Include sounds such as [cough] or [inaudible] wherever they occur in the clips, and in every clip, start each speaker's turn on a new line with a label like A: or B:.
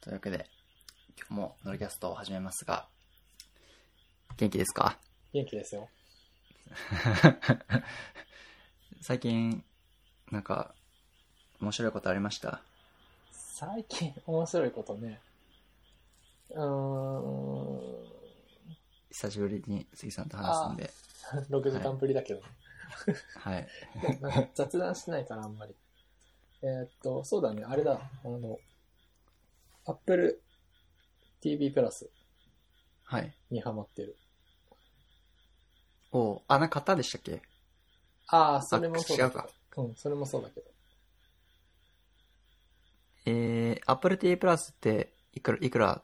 A: というわけで、今日もノリキャストを始めますが、元気ですか
B: 元気ですよ。
A: [laughs] 最近、なんか、面白いことありました
B: 最近面白いことね。うーん。
A: 久しぶりに杉さんと話すんで、
B: 6時間ぶりだけど、ね
A: はい。
B: なんか雑談してないからあんまり。えーっと、そうだね、あれだ、あの、Apple TV プラス
A: はい。
B: にハマってる。
A: おうあ、なんか買ったんでしたっけ
B: ああ、それもそうだけ
A: あ違う
B: ど。うん、それもそうだけど。
A: えー、Apple TV プラスって、いくら、いくら、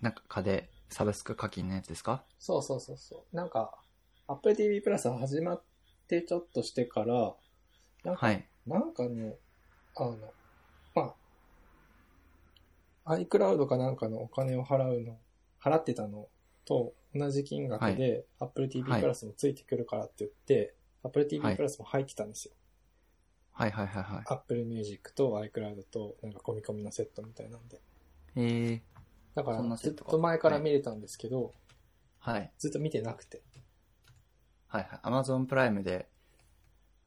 A: なんかかで、サブスク課金のやつですか
B: そうそうそうそう。なんか、Apple TV プラス始まってちょっとしてから、なんか
A: はい。
B: なんかね、あの、まあ、iCloud かなんかのお金を払うの、払ってたのと同じ金額で、Apple TV
A: はい
B: プラスもついてくるからって言って、Apple
A: は
B: TV
A: い
B: プラスも入ってたんですよ。
A: はいはいはいはい。
B: Apple Music と iCloud となんか込み込みのセットみたいなんで。
A: えー、
B: だか
A: そん
B: ら
A: なセ
B: ずっ
A: ットか
B: と前から見れたんですけど、
A: はい。
B: ずっと見てなくて。
A: はいはい。Amazon プライムで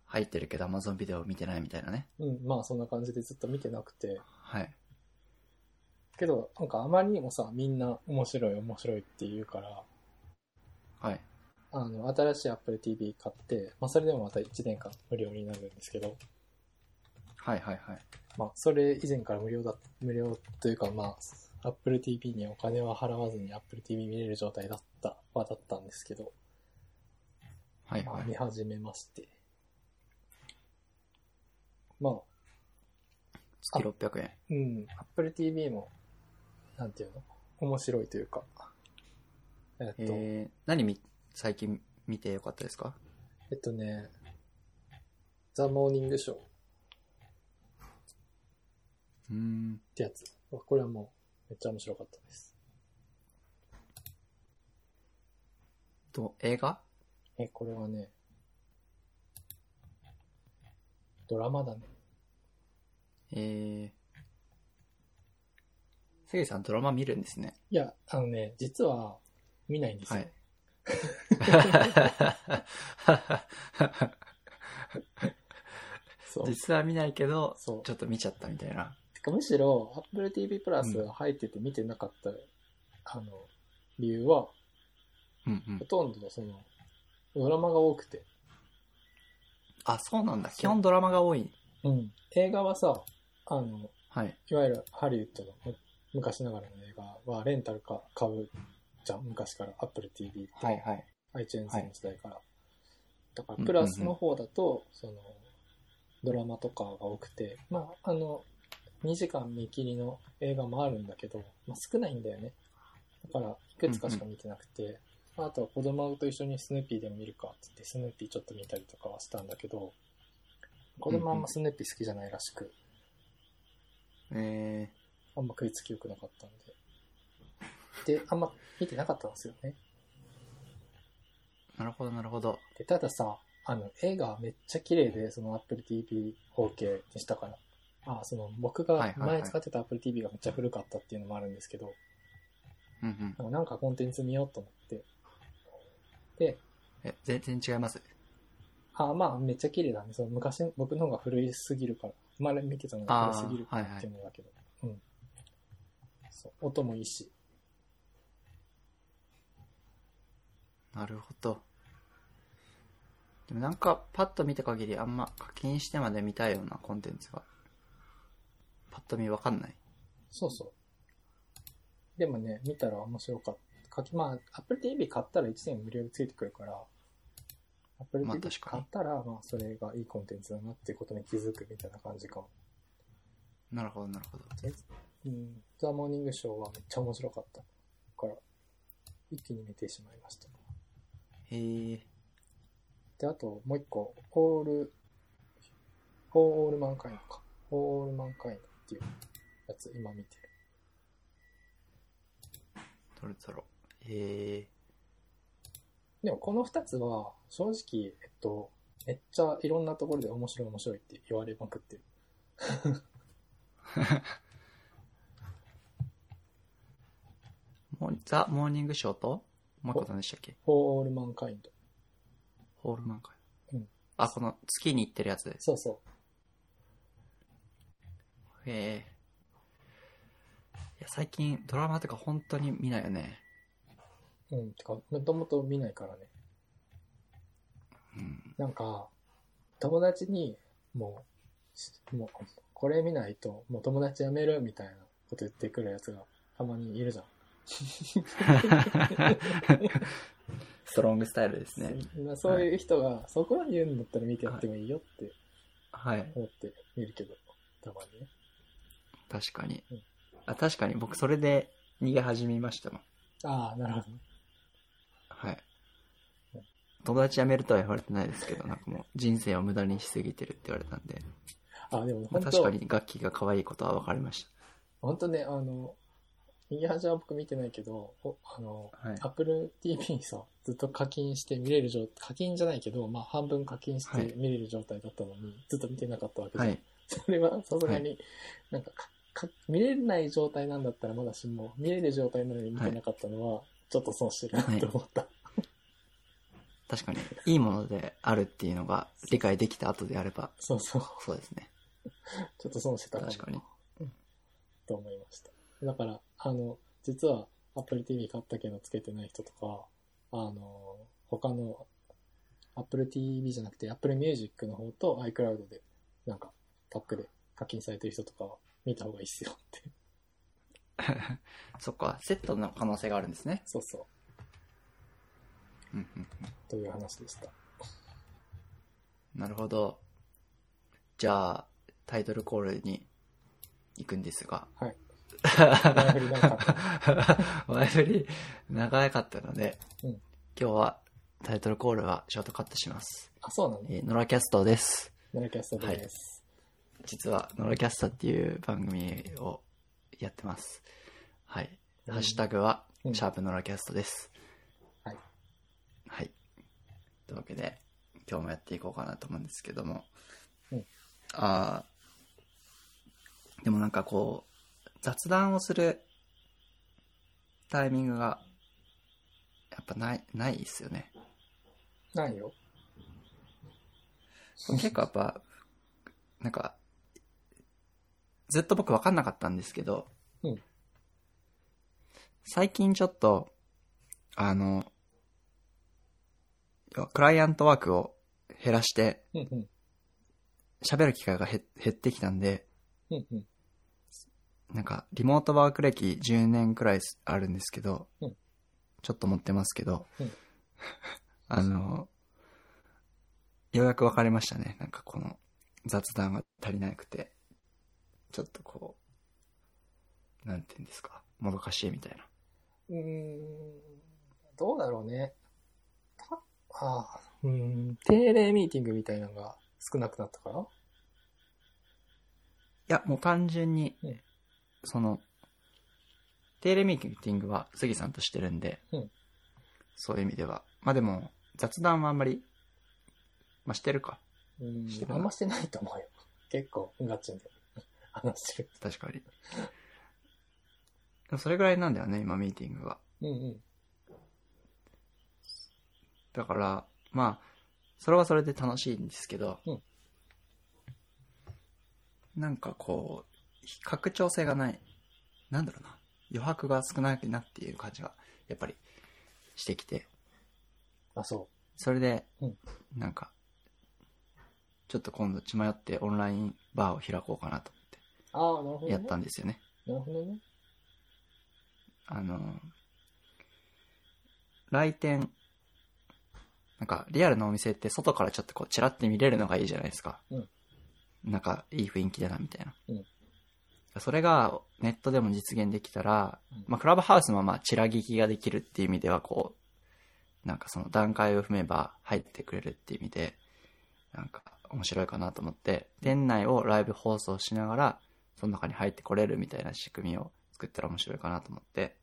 A: 入ってるけど Amazon ビデオ見てないみたいなね。
B: うん、まあそんな感じでずっと見てなくて。
A: はい。
B: けど、なんかあまりにもさ、みんな面白い面白いって言うから、
A: はい。
B: あの、新しい Apple TV 買って、まあ、それでもまた1年間無料になるんですけど、
A: はいはいはい。
B: まあ、それ以前から無料だ、無料というか、まあ、Apple TV にお金は払わずに Apple TV 見れる状態だった、はだったんですけど、
A: はい
B: ま
A: は
B: あ、
A: い
B: 見。始めまして。まあ、
A: 月600円。
B: うん、Apple TV も、なんていうの面白いというか、えっと、
A: えー、何み、最近見てよかったですか
B: えっとね、ザ・モーニングショーっ
A: うーん。
B: てやつ。これはもう、めっちゃ面白かったです。
A: と、映画
B: え、これはね、ドラマだね。
A: えー、せいさんドラマ見るんですね。
B: いや、あのね、実は見ないんです
A: は
B: よ。
A: い。 [laughs]
B: そう。
A: 実は見ないけど、
B: そう
A: ちょっと見ちゃったみたいな。
B: てかむしろ、Apple TV プラス入ってて見てなかった、あの、理由は、
A: うんうん
B: ほ。とんどその、ドラマが多くて。
A: あ、そうなんだ。
B: そう
A: 基本ドラマが多い。
B: うん。映画はさ、あの、
A: はい。
B: いわゆるハリウッドのむ昔ながらの映画はレンタルか買うじゃん。昔から Apple TV って。
A: はいはい。
B: iTunes の時代から。だか
A: うんうんう
B: ら、
A: ん
B: プラスの方だと、その、ドラマとかが多くて、まあ、あの、2時間見切りの映画もあるんだけど、まあ、少ないんだよね。だから、いくつかしか見てなくて、まああとは子供と一緒にスヌーピーでも見るかって言って、スヌーピーちょっと見たりとかはしたんだけど、子供はあんまスヌーピー好きじゃないらしく、
A: え
B: あんま食いつき良くなかったんで。で、あんま見てなかったんですよね。
A: ー、なるほどなるほど。
B: でたださ、あの、絵がめっちゃ綺麗で、その Apple TV 方形にしたから。あ、その、僕
A: はい
B: が
A: はいはい
B: 前使ってた Apple TV がめっちゃ古かったっていうのもあるんですけど、
A: うんうん。
B: なんかなんかコンテンツ見ようと思って。で、
A: え、全然違います。
B: あ、まあ、めっちゃ綺麗だね。その昔、僕の方が古いすぎるから、前見てたのが古すぎるからっていうのだけど。うん。そう、音もいいし。
A: なるほど。でもなんか、パッと見た限り、あんま課金してまで見たいようなコンテンツが、パッと見わかんない。
B: そうそう。でもね、見たら面白かった。かき、まあ、Apple TV 買ったら1年無料でついてくるから、Apple
A: まあ
B: TV
A: 確か
B: 買
A: に
B: ったら、まあ、それがいいコンテンツだなっていうことに気づくみたいな感じかも。
A: なるほど、なるほど。
B: うん。ザ・モーニングショーはめっちゃ面白かった。から、一気に見てしまいました。
A: へえ。
B: で、あと、もう一個、オール、オールマンカインドか。オールマンカインドっていうやつ、今見てる。
A: どれだろう。へえ。
B: でもこの2つは正直、えっと、めっちゃいろんなところで面白い面白いって言われまくってる。
A: モーザ・モーニングショーと、もう一個何でしたっけ
B: フォーオールマンカインド。
A: ホールマンか。
B: うん
A: あ、この月に行ってるやつです。
B: そうそう。
A: へえ。いや、最近ドラマとか本当に見ないよね。
B: うん、てか、もともと見ないからね。
A: うん。
B: なんか、友達に、もう、もう、これ見ないと、もう友達やめるみたいなこと言ってくるやつがたまにいるじゃん。
A: [laughs] ストロングスタイルですね。
B: そ [laughs] そういう人が、そこまで言うんだったら見てやってもいいよって
A: はい。
B: 思って見るけど、たまにね。
A: 確かに
B: うん。
A: あ、確かに僕それで逃げ始めましたもん。
B: ああ、なるほどね。
A: はい。友達辞めるとは言われてないですけど、なんかもう人生を無駄にしすぎてるって言われたんで、
B: あ、でも
A: まあ
B: 本
A: 確か
B: 当、
A: に楽器が可愛いことは分かりまし
B: 本当ね、あの、右端は僕見てないけど、おあの、
A: た。はい。
B: Apple TV にさ、ずっと課金して見れる状課金じゃないけど、まあ半分課金し
A: は
B: て
A: い
B: 見れる状態だったのに、ずっと見てなかったわけじゃん
A: はい。
B: それはさすがに、なんかかか、見れない状態なんだったらまだしも、見れる状態なのに見てなかったのは、ちょっと損してるなって思った。
A: 確かに、いいものであるっていうのが理解できた後であれば、
B: そうそう。
A: そうですね。
B: ちょっと損してた
A: 確かに。 [laughs]
B: と思いました。だから、あの、実は Apple TV 買ったけどつけてない人とか、あの、他の Apple TV じゃなくて Apple Music の方と iCloud で、なんか、パックで課金されてる人とかは見た方がいいっすよって。 [laughs]
A: そっか、セットの可能性があるんですね。
B: そうそう。
A: うんうん
B: という話でした。
A: うん。なるほど。じゃあ、タイトルコールに行くんですが。
B: はい。
A: [laughs] 前
B: 前振り長か
A: [laughs] った。前振り長かったので、
B: うん
A: 今日はタイトルコールはショートカットします。
B: あ、そうなの
A: えー、ノラキャストです。
B: ナラキャストです。
A: 実は、ノラキャストっていう番組をやってます。はい。
B: うん
A: ハッシュタグは、
B: うん
A: シャープノラキャストです。
B: はい。
A: はい。というわけで、今日もやっていこうかなと思うんですけども。
B: うん
A: あーでもなんかこう、雑談をするタイミングが、やっぱない、ないですよね。
B: ないよ。
A: 結構やっぱ、なんか、ずっと僕分かんなかったんですけど、
B: うん
A: 最近ちょっと、あの、クライアントワークを減らして、
B: うんうん。
A: 喋る機会が減減ってきたんで、
B: うんうん。
A: なんか、リモートワーク歴10年くらいあるんですけど、
B: うん
A: ちょっと持ってますけど、
B: うん
A: [laughs] あの、ようやく分かりましたね。なんかこの雑談が足りなくて、ちょっとこう、なんて言うんですか、もどかしいみたいな。
B: うーん、どうだろうね。たあーうーん、定例ミーティングみたいなのが少なくなったから
A: いや、もう単純に
B: うん、
A: その、定例ミーティングは杉さんとしてるんで、
B: うん
A: そういう意味では。まあでも、雑談はあんまり、まあしてるか。
B: うーん
A: してる
B: あんましてないと思うよ。結構ガチで話してる。
A: 確かに。でもそれぐらいなんだよね、今、ミーティングが。
B: うんうん。
A: だから、まあ、それはそれで楽しいんですけど、
B: うん
A: なんかこう、拡張性がない、なんだろうな、余白が少ないなっていう感じが、やっぱりしてきて、
B: あ、そ
A: それで、
B: うん
A: なんか、ちょっと今度、血迷ってオンラインバーを開こうかなと思っ
B: う。ああ、なるほど、
A: て、
B: ね。
A: やったんですよね。
B: なるほどね。
A: あの、来店、なんかリアルなお店って外からちょっとこうチラって見れるのがいいじゃないですか。
B: うん
A: なんかいい雰囲気だなみたいな。
B: うん
A: それがネットでも実現できたら、
B: うん
A: まあクラブハウスもまあチラ聞きができるっていう意味ではこう、なんかその段階を踏めば入ってくれるっていう意味で、なんか面白いかなと思って、店内をライブ放送しながら、その中に入ってこれるみたいな仕組みを作ったら面白いかなと思って、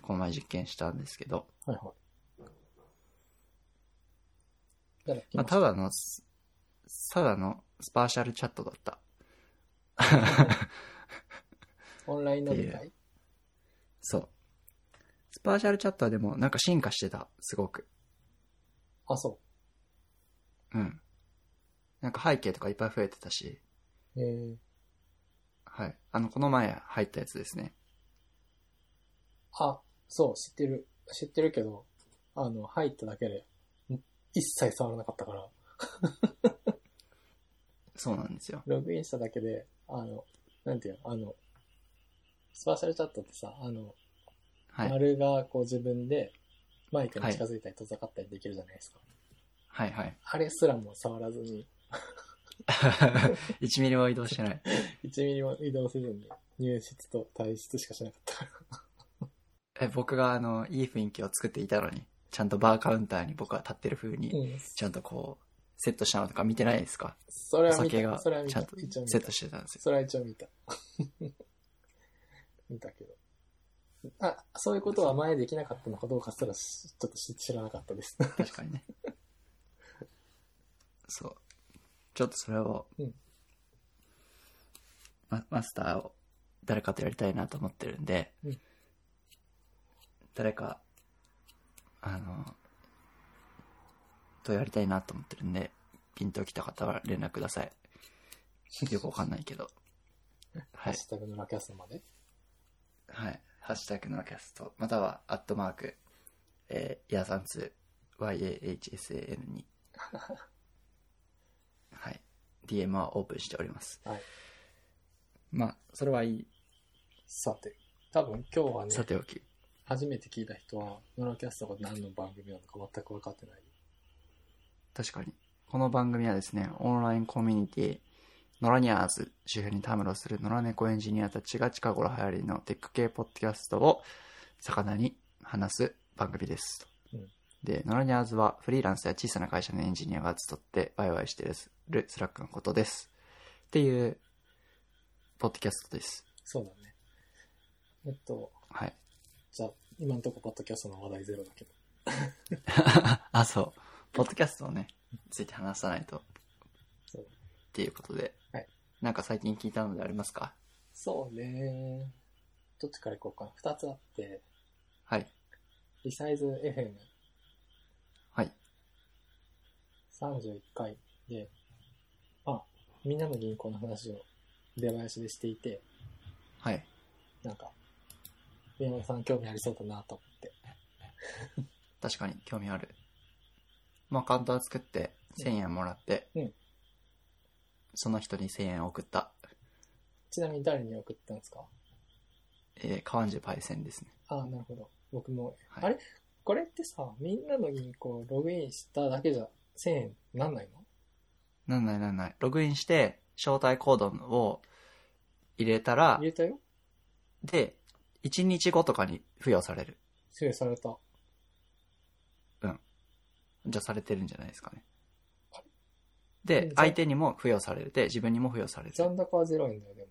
A: この前実験したんですけど、
B: はいはい。誰か来
A: まあ、
B: ました
A: だの、すただのスパーシャルチャットだ
B: [laughs]
A: った。
B: たオンライン飲み会
A: そう。スパーシャルチャットはでもなんか進化してた、すごく。
B: あ、そ
A: うん。なんか背景とかいっぱい増えてたし、
B: う。えー、
A: はい。あの、この前入ったやつですね。
B: あ、そう、知ってる。知ってるけど、あの、入っただけで、ん一切触らなかったから、
A: そうなんですよ。
B: ログインしただけで、あの、なんていうの、あの、スパーシャルチャットってさ、あの、
A: はい。
B: 丸がこう自分でマイクに近づいたり遠ざかったりできるじゃないですか。
A: はいはい。 [laughs]
B: あれすらも触らずに、
A: 1ミリも移動してない。
B: 1ミリも移動せずに入室と退室しかしなかった。
A: え、僕があの、いい雰囲気を作っていたのに、ちゃんとバーカウンターに僕は立ってる風に、
B: うん。
A: ちゃんとこう、セットしたのとか見てないですか
B: それ
A: お
B: は見
A: 酒
B: た。
A: が
B: それは見
A: ち
B: た。
A: ゃん
B: 一
A: と
B: 応見
A: セ
B: た
A: ッ。トしてたんですよ。
B: それは一応見た。 [laughs] 見たけど。あ、そういうことは前できなかったのかどうかすらしちょっと知知らなかったです。
A: 確かにね。 [laughs] そう。ちょっとそれを、
B: うん
A: ママスターを誰かとやりたいなと思ってるんで、
B: うん
A: 誰か、あの、とやりたいなと思ってるんで、ピンときた方は連絡ください。よくわかんないけど。は
B: [laughs] ハッ
A: い。
B: シュタグのラキャスまで。
A: はい。ハッシュタグのキャスト、または、アットマーク、えー、ヤーサンツ、YAHSAN [laughs] に。はい。DM はオープンしております。
B: はい。
A: まあ、それはいい。
B: さて、多分今日はね
A: さ、ておき。
B: 初めて聞いた人は、ノラキャストが何の番組なのか全く分かってない。
A: 確かに。この番組はですね、オンラインコミュニティ、ノラニャーズ周辺にたむろする野良猫エンジニアたちが近頃流行りのテック系ポッドキャストを魚に話す番組です。
B: うん
A: で、ノラニャーズはフリーランスや小さな会社のエンジニアが集ってワイワイしてるスラックのことです。っていう、ポッドキャストです。
B: そうだね。えっと、 [laughs]
A: はい。
B: じゃあ、今んとこポッドキャストの話題ゼロだけど。
A: あ、そう。ポッドキャストをね、ついて話さないと。
B: そう
A: っていうことで。
B: はい
A: なんか最近聞いたのでありますか
B: そうね。どっちからいこうかな。二つあって、
A: はい。
B: リサイズ FM
A: はい。
B: 31回で、まあ、みんなの銀行の話を出囃子でしていて、
A: はい。
B: なんか、宮本さん興味ありそうだなと思って。
A: 確かに興味ある。まあ、カウンター作って、
B: うん
A: 1000円もらって、
B: うん
A: その人に1000円送った、
B: ちなみに誰に送ったんですか
A: えー、カワンジュパイセンですね。
B: ああ、なるほど。僕も、
A: はい
B: あれこれってさ、みんなの銀行ログインしただけじゃ1000円なんないの
A: なんないなんない。ログインして、招待コードを入れたら
B: 入、れたよ
A: で、1日後とかに付与される。
B: 付与された。
A: じゃあされてるんじゃないですかね
B: はい。うん
A: で
B: じゃ、あ
A: 相手にも付与されて、自分にも付与される。
B: 残高は0円だよ、でも。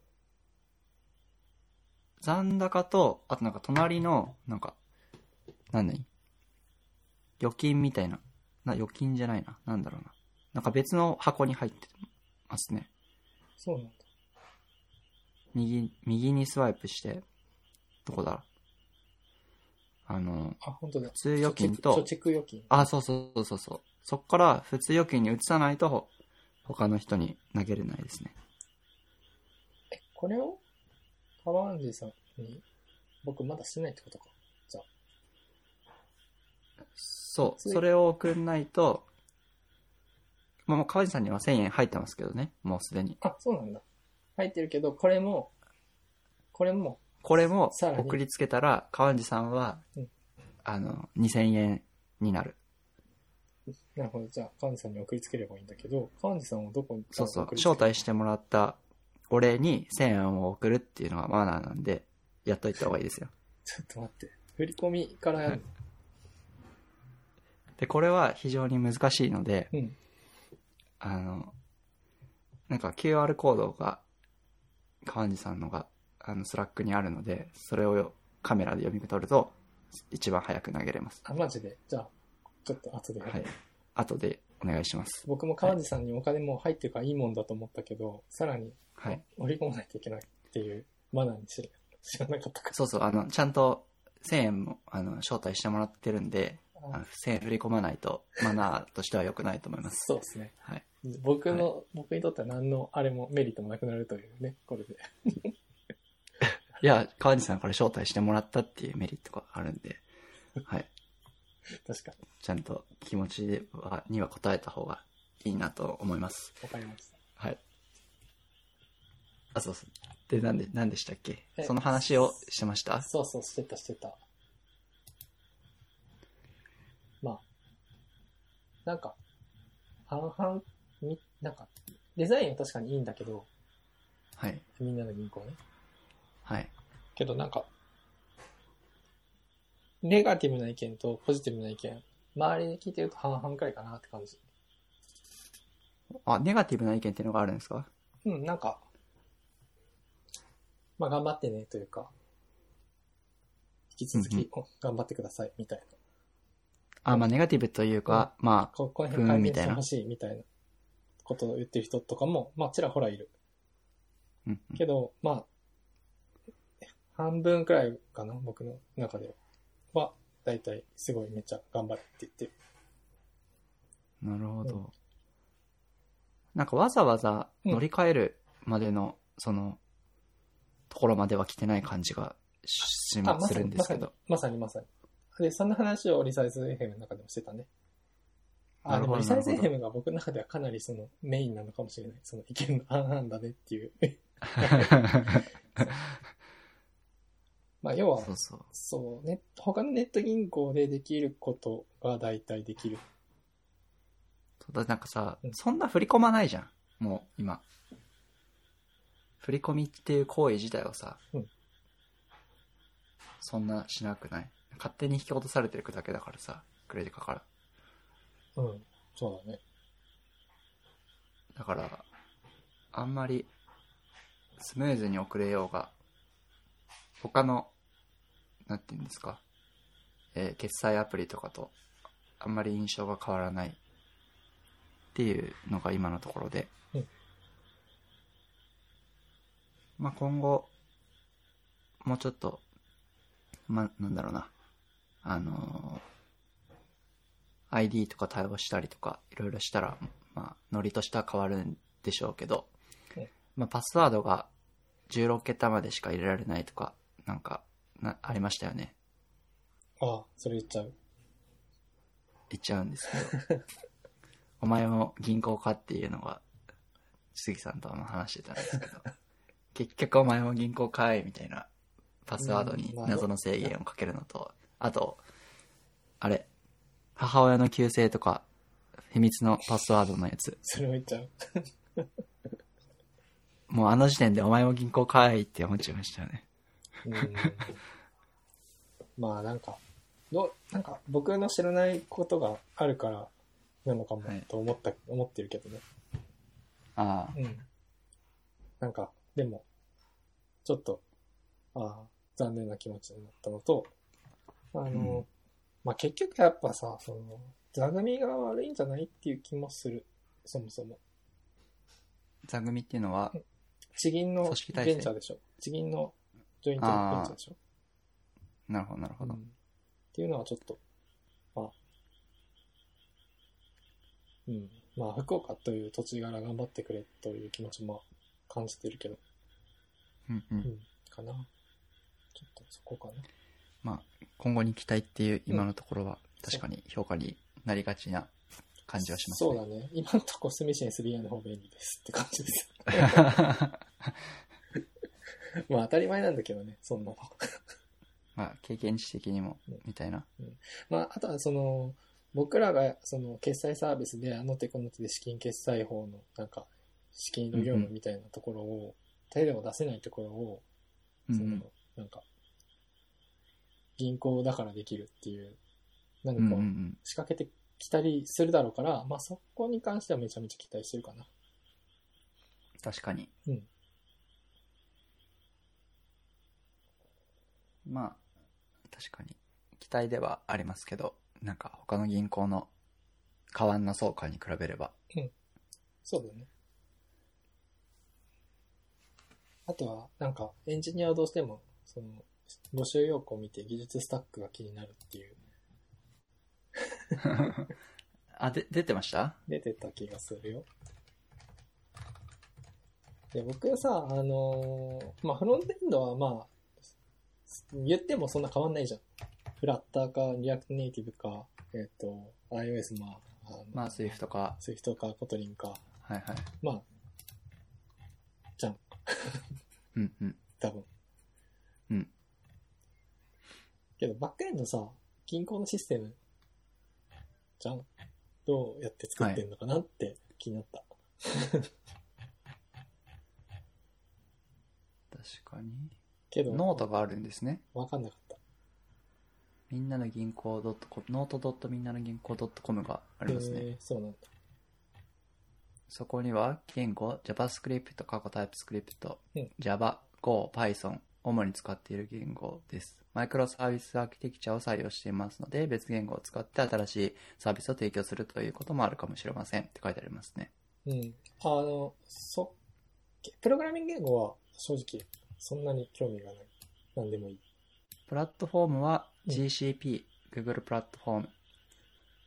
A: 残高と、あとなんか隣の、なんか、なんだい預金みたいな。な、預金じゃないな。なんだろうな。なんか別の箱に入ってますね。
B: そうなんだ。
A: 右、右にスワイプして、どこだあの、
B: あ、本当だ。
A: 普通預金と
B: 貯蓄貯蓄預金。
A: あ、そうそうそうそうそう。そっから普通預金に移さないと、他の人に投げれないですね。
B: これを川ンジさんに、僕まだしてないってことか。
A: そう。それを送んないと、まあもう川地さんには1000円入ってますけどね。もうすでに。
B: あ、そうなんだ。入ってるけど、これも、これも、
A: これも
B: さらに
A: 送りつけたら川地さんは、
B: うん
A: あの2000円になる
B: なるほど。じゃあ、川ンジさんに送りつければいいんだけど、川ンジさんをどこに
A: そうそう
B: 送りつけ
A: 招待してもらったお礼に1000円を送るっていうのがマナーなんでやっといた方がいいですよ
B: ちょっと待って。振り込みからやる。
A: でこれは非常に難しいので
B: うん。
A: あのなんか QR コードが川地さんのがあのスラックにあるのでそれをカメラで読み取ると一番早く投げれます
B: あ、マジで。じゃあ、ちょっと後でやる。
A: はい後でお願いします
B: 僕も川ンジさんにお金もう入ってるからいいもんだと思ったけど、さらに
A: はい
B: 折り込まないといけないっていうマナーに知ら知らなかったから。
A: そうそう、あの、ちゃんと1000円も、あの、招待してもらってるんで、あの
B: あ
A: 1000円振り込まないと、マナーとしては良くないと思います。
B: そうですね。
A: はい。
B: 僕の、僕にとっては何のあれもメリットもなくなるというね、これで。 [laughs]
A: いや、川西さんから招待してもらったっていうメリットがあるん
B: [laughs]
A: で、はい。
B: 確かに。
A: ちゃんと気持ちではには応えた方がいいなと思います。
B: わかりました。
A: はい。あ、そうそう。で、なんで、なんでしたっけ
B: え
A: その話をしてました
B: そうそう、してた、してた。まあ、なんか、半々、みなんか、デザインは確かにいいんだけど、
A: はい。
B: みんなの銀行ね。
A: はい。
B: けどなんか、ネガティブな意見とポジティブな意見、周りで聞いてると半々くらいかなって感じ。
A: あ、ネガティブな意見っていうのがあるんですか
B: うん、なんか、まあ頑張ってねというか、引き続
A: うんうん
B: きお頑張ってくださいみたいな。
A: あ、まあ、ネガティブというか、まあ、
B: ここの辺改
A: うんみ
B: 善
A: た
B: し
A: いな
B: てほしいみたいなことを言ってる人とかも、まあちらほらいる。
A: うんうん
B: けど、まあ、半分くらいかな、僕の中では。は、だいたいすごいめっちゃ頑張るって言ってる。
A: なるほど、
B: う
A: なんかわざわざ乗り換えるまでの、そのところまでは来てない感じがし
B: あ、ますさ
A: る
B: に
A: んですけど、
B: まさにまさに。で、そんな話をリサイズ FM の中でもしてたね。
A: な
B: あ、
A: る
B: で
A: ほど
B: もリサイズ
A: なるほ
B: FM が僕の中ではかなりそのメインなのかもしれない。その意見の案なんだねっていう。 [laughs]
A: [laughs]
B: まあ、要は
A: そ、うそう
B: そうね、他のネット銀行でできることが大体できる。
A: そうだなんかさ
B: うん
A: そんな振り込まないじゃんもう今振り込みっていう行為自体はさ、
B: うん
A: そんなしなくない勝手に引き落とされてるだけだからさクレジカから
B: うん、そうだね。
A: だから、あんまりスムーズに遅れようが、他の、なんていうんですか、えー決済アプリとかとあんまり印象が変わらないっていうのが今のところで、
B: うん
A: まあ今後、もうちょっと、まあなんだろうな、あのー ID とか対応したりとか、いろいろしたら、まあ、ノリとしては変わるんでしょうけど
B: うん、
A: まあ、パスワードが16桁までしか入れられないとか、なんか、なありましたよね。
B: ああ、それ言っちゃう。
A: 言っちゃうんですけど。お前も銀行かっていうのが、杉さんとも話してたんですけど、結局お前も銀行かいみたいなパスワードに謎の制限をかけるのと、あと、あれ、母親の旧姓とか、秘密のパスワードのやつ、
B: それも言っちゃう。
A: もうあの時点でお前も銀行かいって思っちゃいましたよね。
B: うん [laughs] まあなんか、どうなんか僕の知らないことがあるからなのかも
A: はい
B: と思った、思ってるけどね。
A: ああ。
B: うん。なんか、でも、ちょっと、ああ、残念な気持ちになったのと、あの、
A: うん
B: まあ結局やっぱさ、その、座組が悪いんじゃないっていう気もする。そもそも。
A: 座組っていうのは、
B: 地銀の
A: 組織体制
B: ベンチャーでしょ。地銀のジョイントベンチャーでしょ。
A: なるほど、なるほど
B: っ。ていうのはちょっと、まあ、うん、まあ、福岡という土地柄頑張ってくれという気持ちも感じてるけど、
A: うんう。
B: うんん、かな。ちょっとそこかな。
A: まあ、今後に期待っていう今のところは、確かに評価になりがちな感じはします
B: そうだね。今のとこ住信 3A の方が便利ですって感じです。 [laughs]
A: ね。
B: まあ、当たり前なんだけどね、そんなの。
A: [laughs] まあ、経験値的にも
B: うん、
A: みたいな。
B: まあ、あとはその、僕らがその決済サービスであの手この手で資金決済法のなんか資金の業務みたいなところを、手でも出せないところを
A: うん
B: そ
A: うん、
B: の、なんか、銀行だからできるっていう、何
A: うんうん
B: か
A: う
B: を
A: ん。
B: 仕掛けてきたりするだろうから、まあそこに関してはめちゃめちゃ期待してるかな。
A: 確かに。
B: うん
A: まあ、確かに。期待ではありますけど、なんか他の銀行の過腕な総価に比べれば。
B: そうだよね。あとは、なんか、エンジニアはどうしても、その、募集要項を見て技術スタックが気になるっていう、
A: [laughs] あ、で、出てました
B: 出てた気がするよ。で、僕さ、あのーまあ、フロントエンドはまあ、言ってもそんな変わんないじゃん。フラッターか、リアクトネイティブか、えっ、と、iOS、まあ、あの
A: まあ、スイフとか、
B: スイフトか、コトリンか、
A: はいはい。
B: まあ、
A: [laughs] うんうん。
B: 多分。
A: うん。
B: けど、バックエンドさ、銀行のシステム、じゃんどうやって作ってんのかなって気になった。
A: 確かに。
B: けど、
A: ノートがあるんですね。
B: わかんなかった。
A: みんなの銀行 .com、ノートみんなの銀行 .com がありますね。
B: えーそうなんだ。
A: そこには、言語、JavaScript、過去 TypeScript、
B: うん
A: Java、Go、Python、主に使っている言語です。マイクロサービスアーキテクチャを採用していますので、別言語を使って新しいサービスを提供するということもあるかもしれませんって書いてありますね。
B: うん。あの、そ、プログラミング言語は正直そんなに興味がない。なんでもいい。
A: プラットフォームは
B: うん
A: GCP、Google プラットフォーム、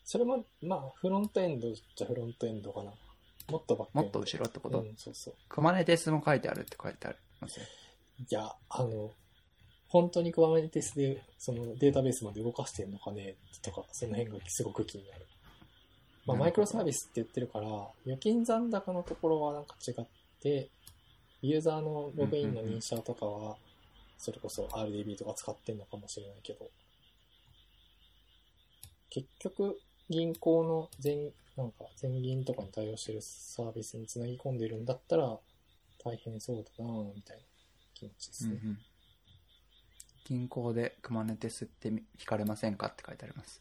B: それも、まあ、フロントエンドじゃフロントエンドかな。もっとバックエンド。
A: もっと後ろってこと、
B: うん、そうそう。
A: Kubernetes も書いてあるって書いてありますね。
B: いや、あの、本当に Kubernetes でそのデータベースまで動かしてんのかねとか、その辺がすごく気になる。まあ、
A: な
B: マイ
A: る
B: ク
A: ほど
B: ロサービスって言ってるから、預金残高のところはなんか違って、ユーザーのログインの認証とかは、それこそ RDB とか使ってんのかもしれないけど、結局、銀行の全、なんか全銀とかに対応してるサービスにつなぎ込んでるんだったら、大変そうだなぁみたいな気持ちですね。
A: うんうん銀行で Kubernetes って引かれませんかって書いてあります。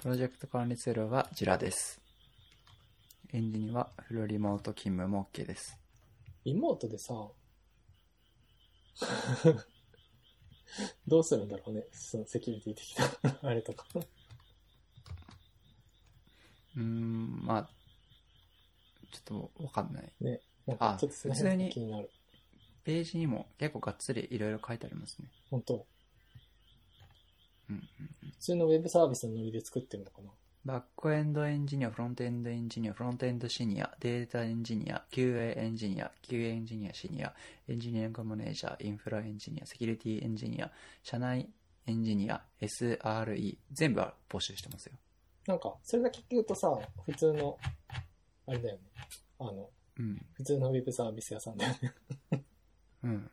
A: プロジェクト管理ツールは Jira です。エンジンはフルリモート勤務も OK です。
B: リモートでさ、 [laughs] どうするんだろうね。そのセキュリティ的な [laughs] あれとか。
A: うーん、まあ、ちょっとわかんない。
B: ね。なんか
A: あ
B: ちょっとその
A: 普通
B: 辺
A: に
B: が気になる。
A: ページにも結構がっつりいろいろ書いてありますね。
B: 本当
A: うんうんうん
B: 普通のウェブサービスのノリで作ってるのかな。
A: バックエンドエンジニア、フロントエンドエンジニア、フロントエンドシニア、データエンジニア、QA エンジニア、QA エンジニアシニア、エンジニアングマネージャー、インフラエンジニア、セキュリティエンジニア、社内エンジニア、SRE、全部は募集してますよ。
B: なんか、それだけ聞くとさ、普通の、あれだよね。あの、
A: うん。
B: 普通のウェブサービス屋さんだよね。
A: うん。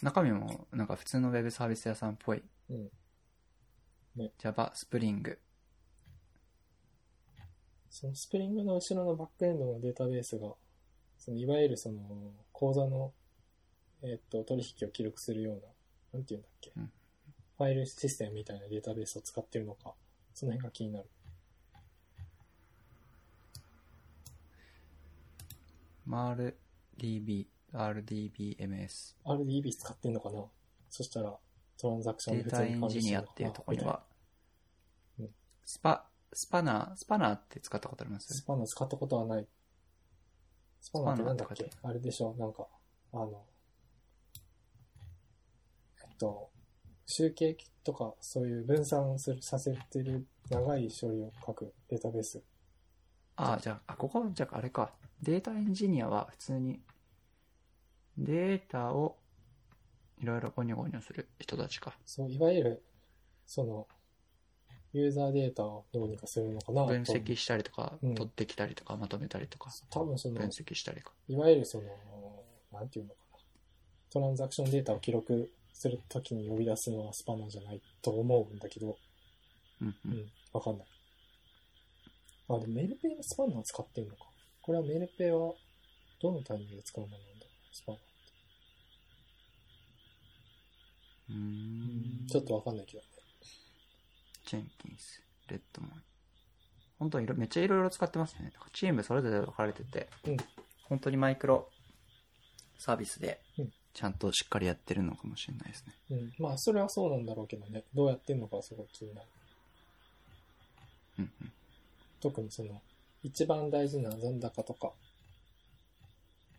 A: 中身もなんか普通のウェブサービス屋さんっぽい。
B: うんね
A: Java、Spring。
B: そのスプリングの後ろのバックエンドのデータベースが、そのいわゆるその、口座の、えっと、取引を記録するような、なんていうんだっけ、
A: うん
B: ファイルシステムみたいなデータベースを使ってるのか、その辺が気になる。
A: MarDB、RDBMS。
B: RDB 使ってんのかなそしたら、トランザクショ
A: デ
B: ン
A: ータエンジニアっていうところには
B: うん、
A: スパ、スパナー、スパナーって使ったことありま
B: ス
A: す
B: パナ使ったことはない。スパナってなんだ
A: ス
B: っ
A: パナ
B: け
A: と
B: あれでしょなんか、あの、えっと、集計とか、そういう分散する、させてる長い処理を書くデータベース。
A: ああ、じゃあ、あ、ここは、じゃああれか。データエンジニアは普通に、データをいろいろゴニョゴニョする人たちか。
B: そう、いわゆる、その、ユーザーデータをどうにかするのかなと
A: 分析したりとか、
B: うん
A: 取ってきたりとか、まとめたりとか、
B: 多分その
A: 分、析したりか。
B: いわゆるその、なんていうのかな。トランザクションデータを記録するときに呼び出すのはスパナじゃないと思うんだけど、
A: うんう。
B: うんん、わかんない。あ、でもメルペイのスパナー使ってんのか。これはメルペイはどのタイミングで使うものなんだスパナー。
A: うーん
B: ちょっとわかんないけどね。
A: ジェンキンス、レッドモン。本当にいろめっちゃいろいろ使ってますね。チームそれぞれ分かれてて、
B: うん
A: 本当にマイクロサービスで
B: うん、
A: ちゃんとしっかりやってるのかもしれないですね。
B: うん。まあ、それはそうなんだろうけどね。どうやってんのかはすごい気になる。
A: うんうん。
B: 特にその、一番大事な残高とか、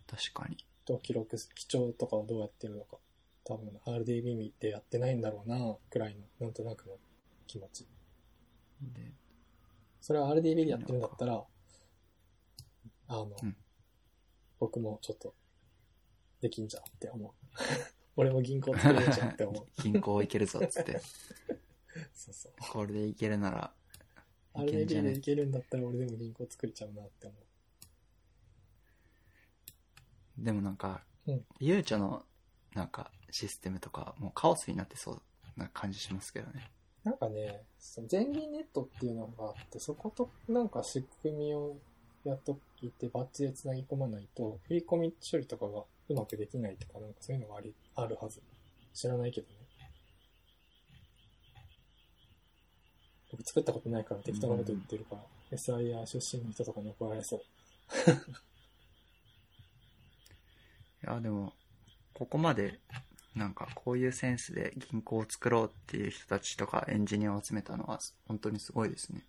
A: 確かに。
B: と記録す、記帳とかをどうやってるのか。多分 RDB 見てやってないんだろうな、くらいの、なんとなくの気持ち。
A: で、
B: それは RDB でやってるんだったら、あの、
A: うん
B: 僕もちょっと、できんじゃんって思う。 [laughs] 俺も銀行作れんじゃんっ
A: [laughs]
B: て思う。
A: 銀行行けるぞっつ
B: [laughs]
A: って、
B: そうそう。
A: これで行けるなら、いけんじゃ
B: RDB
A: ね
B: でいけるんだったら俺でも銀行作れちゃうなって思う。
A: でもなんか、
B: うん
A: ゆうちょの、なんか、システムとか、もうカオスになってそうな感じしますけどね。
B: なんかね、その全銀ネットっていうのがあって、そことなんか仕組みをやっといて、バッチで繋ぎ込まないと、振り込み処理とかがうまくできないとか、なんかそういうのがありあるはず。知らないけどね。僕作ったことないから適当なこと言ってるから、SIR 出身の人とかに怒られそう。
A: いや、でも、ここまで、なんか、こういうセンスで銀行を作ろうっていう人たちとか、エンジニアを集めたのは、本当にすごいですね。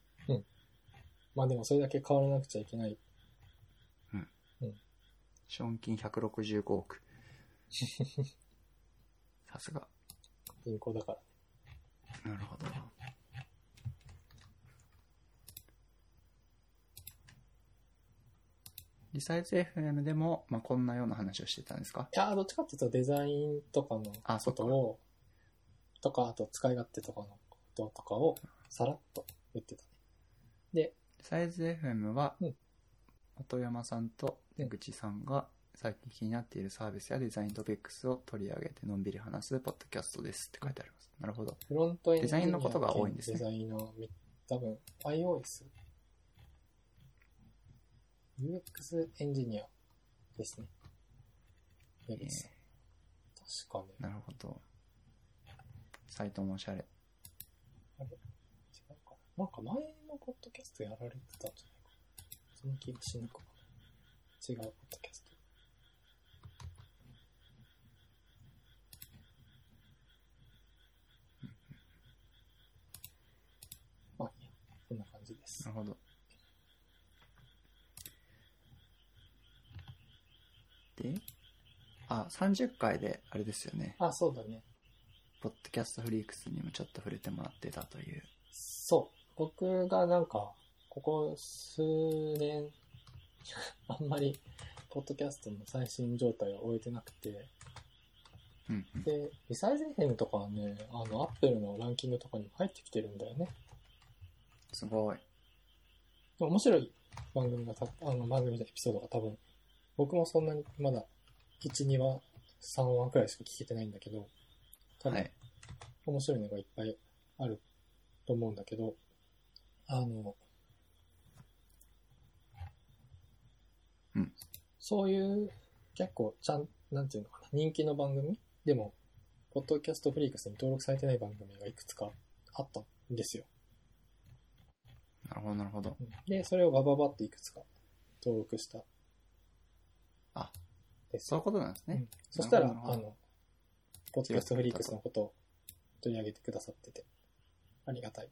B: まあでもそれだけ変わらなくちゃいけない。
A: 賞金165億。 [laughs] さすが。
B: 銀行だから。
A: なるほど。リサイズ FM でも、まあ、こんなような話をしてたんですか
B: いやー、どっちかっていうとデザインとかの
A: あそ
B: こ
A: っか
B: とを、とか、あと使い勝手とかのこととかをさらっと言ってたね。
A: サイズ FM は、
B: うん
A: 音山さんと出口さんが最近気になっているサービスやデザイントピックスを取り上げてのんびり話すポッドキャストですって書いてあります。なるほど。
B: フロントエン
A: デザインのことが多いんですね
B: デザインのみ、多分 iOS、UX エンジニアですね。出口さん確かね。
A: なるほど。サイトもおしゃれ。
B: 違うかな。なんか前のポッドキャストやられてたんじゃないかな。その気がしなくもない違うポッドキャスト。まあいいや、そんな感じです
A: な。るほど。で、あ、30回であれですよね。
B: あ、そうだね。
A: ポッドキャストフリークスにもちょっと触れてもらってたという。
B: そう。僕がなんか、ここ数年、 [laughs] あんまり、ポッドキャストの最新状態を終えてなくて、
A: うんうん。
B: で、リサイズ FM とかはね、あの、アップルのランキングとかにも入ってきてるんだよね。
A: すごい。
B: でも面白い番組がた、あの、番組のエピソードが多分、僕もそんなにまだ、1、2話、3話くらいしか聞けてないんだけど、多
A: は
B: 分
A: い。
B: 面白いのがいっぱいあると思うんだけど、あの、
A: うん
B: そういう、結構、ちゃん、なんていうのかな、人気の番組でも、ポッドキャストフリークスに登録されてない番組がいくつかあったんですよ。
A: なるほど、なるほど。
B: うんで、それをバババっていくつか登録した。
A: あ、
B: です
A: そういうことなんですね。
B: うんそしたら、
A: なるほど
B: あの、ポッドキャストフリークスのことを取り上げてくださってて、ありがたい。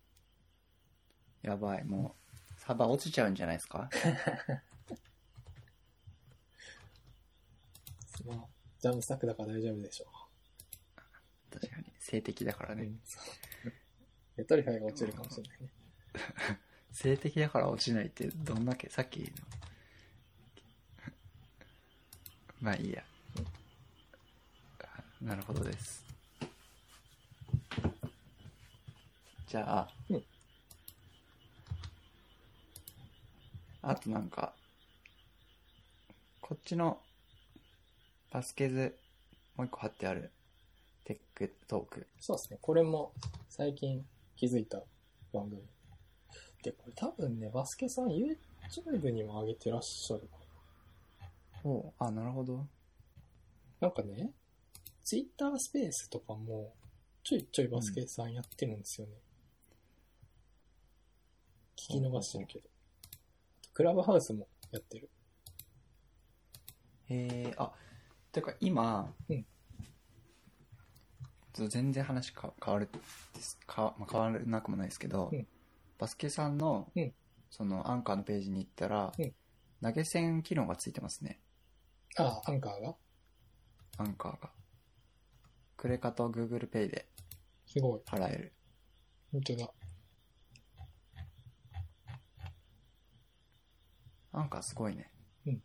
A: やばい、もう、サーバー落ちちゃうんじゃないですか
B: まあ、ジャムスタックだから大丈夫でしょ
A: 確かに。性的だから
B: う。
A: ね。
B: レトリファイが落ちるかもしれないね。
A: 性的だから落ちないって、どんだけ、さっきの。 [laughs] まあいいや。なるほどです。じゃあ、
B: うん
A: あとなんか、こっちのバスケズ、もう一個貼ってある、テックトーク。
B: そうですね。これも最近気づいた番組。で、これ多分ね、バスケさん YouTube にも上げてらっしゃるか
A: おあ、なるほど。
B: な。なんかね、Twitter スペースとかもちょいちょいバスケさんやってるんですよね。聞き逃してるけど。クラブハウスもやってる。
A: へえあてか今、
B: うん
A: ちょっと全然話か変わるですか、まあ、変わらなくもないですけど、
B: うん
A: バスケさんの、
B: うん
A: そのアンカーのページに行ったら、
B: うん
A: 投げ銭機能がついてますね
B: あ、アンカーが
A: アンカーがクレカと Google Pay です
B: ごい。
A: 払える。
B: 本当だ。
A: なんかすごいね。
B: うん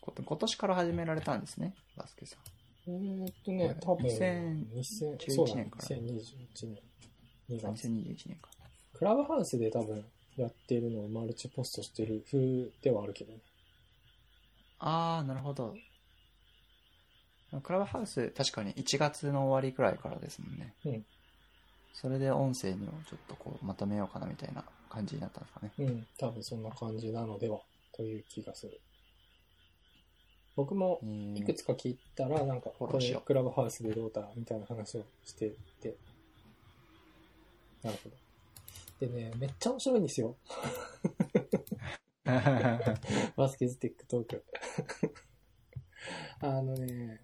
A: こ。今年から始められたんですね、バスケさん。
B: えーっとね、多
A: これ
B: 分、2000
A: 2011
B: そうだ
A: 年
B: ね
A: から
B: 2021年2月。
A: 2021年か。
B: クラブハウスで多分やってるのをマルチポストしてる風ではあるけどね。
A: あー、なるほど。クラブハウス、確かに1月の終わりくらいからですもんね。
B: うん
A: それで音声にもちょっとこうまとめようかなみたいな感じになったんですかね。
B: うん、多分そんな感じなのではという気がする。僕も
A: えー
B: いくつか聞いたら、なんか、
A: フォ
B: こ
A: ローし
B: れ
A: よう
B: クラブハウスでどうだみたいな話をしてて。なるほど。でね、めっちゃ面白いんですよ。バスケズテックトーク。 [laughs] あのね、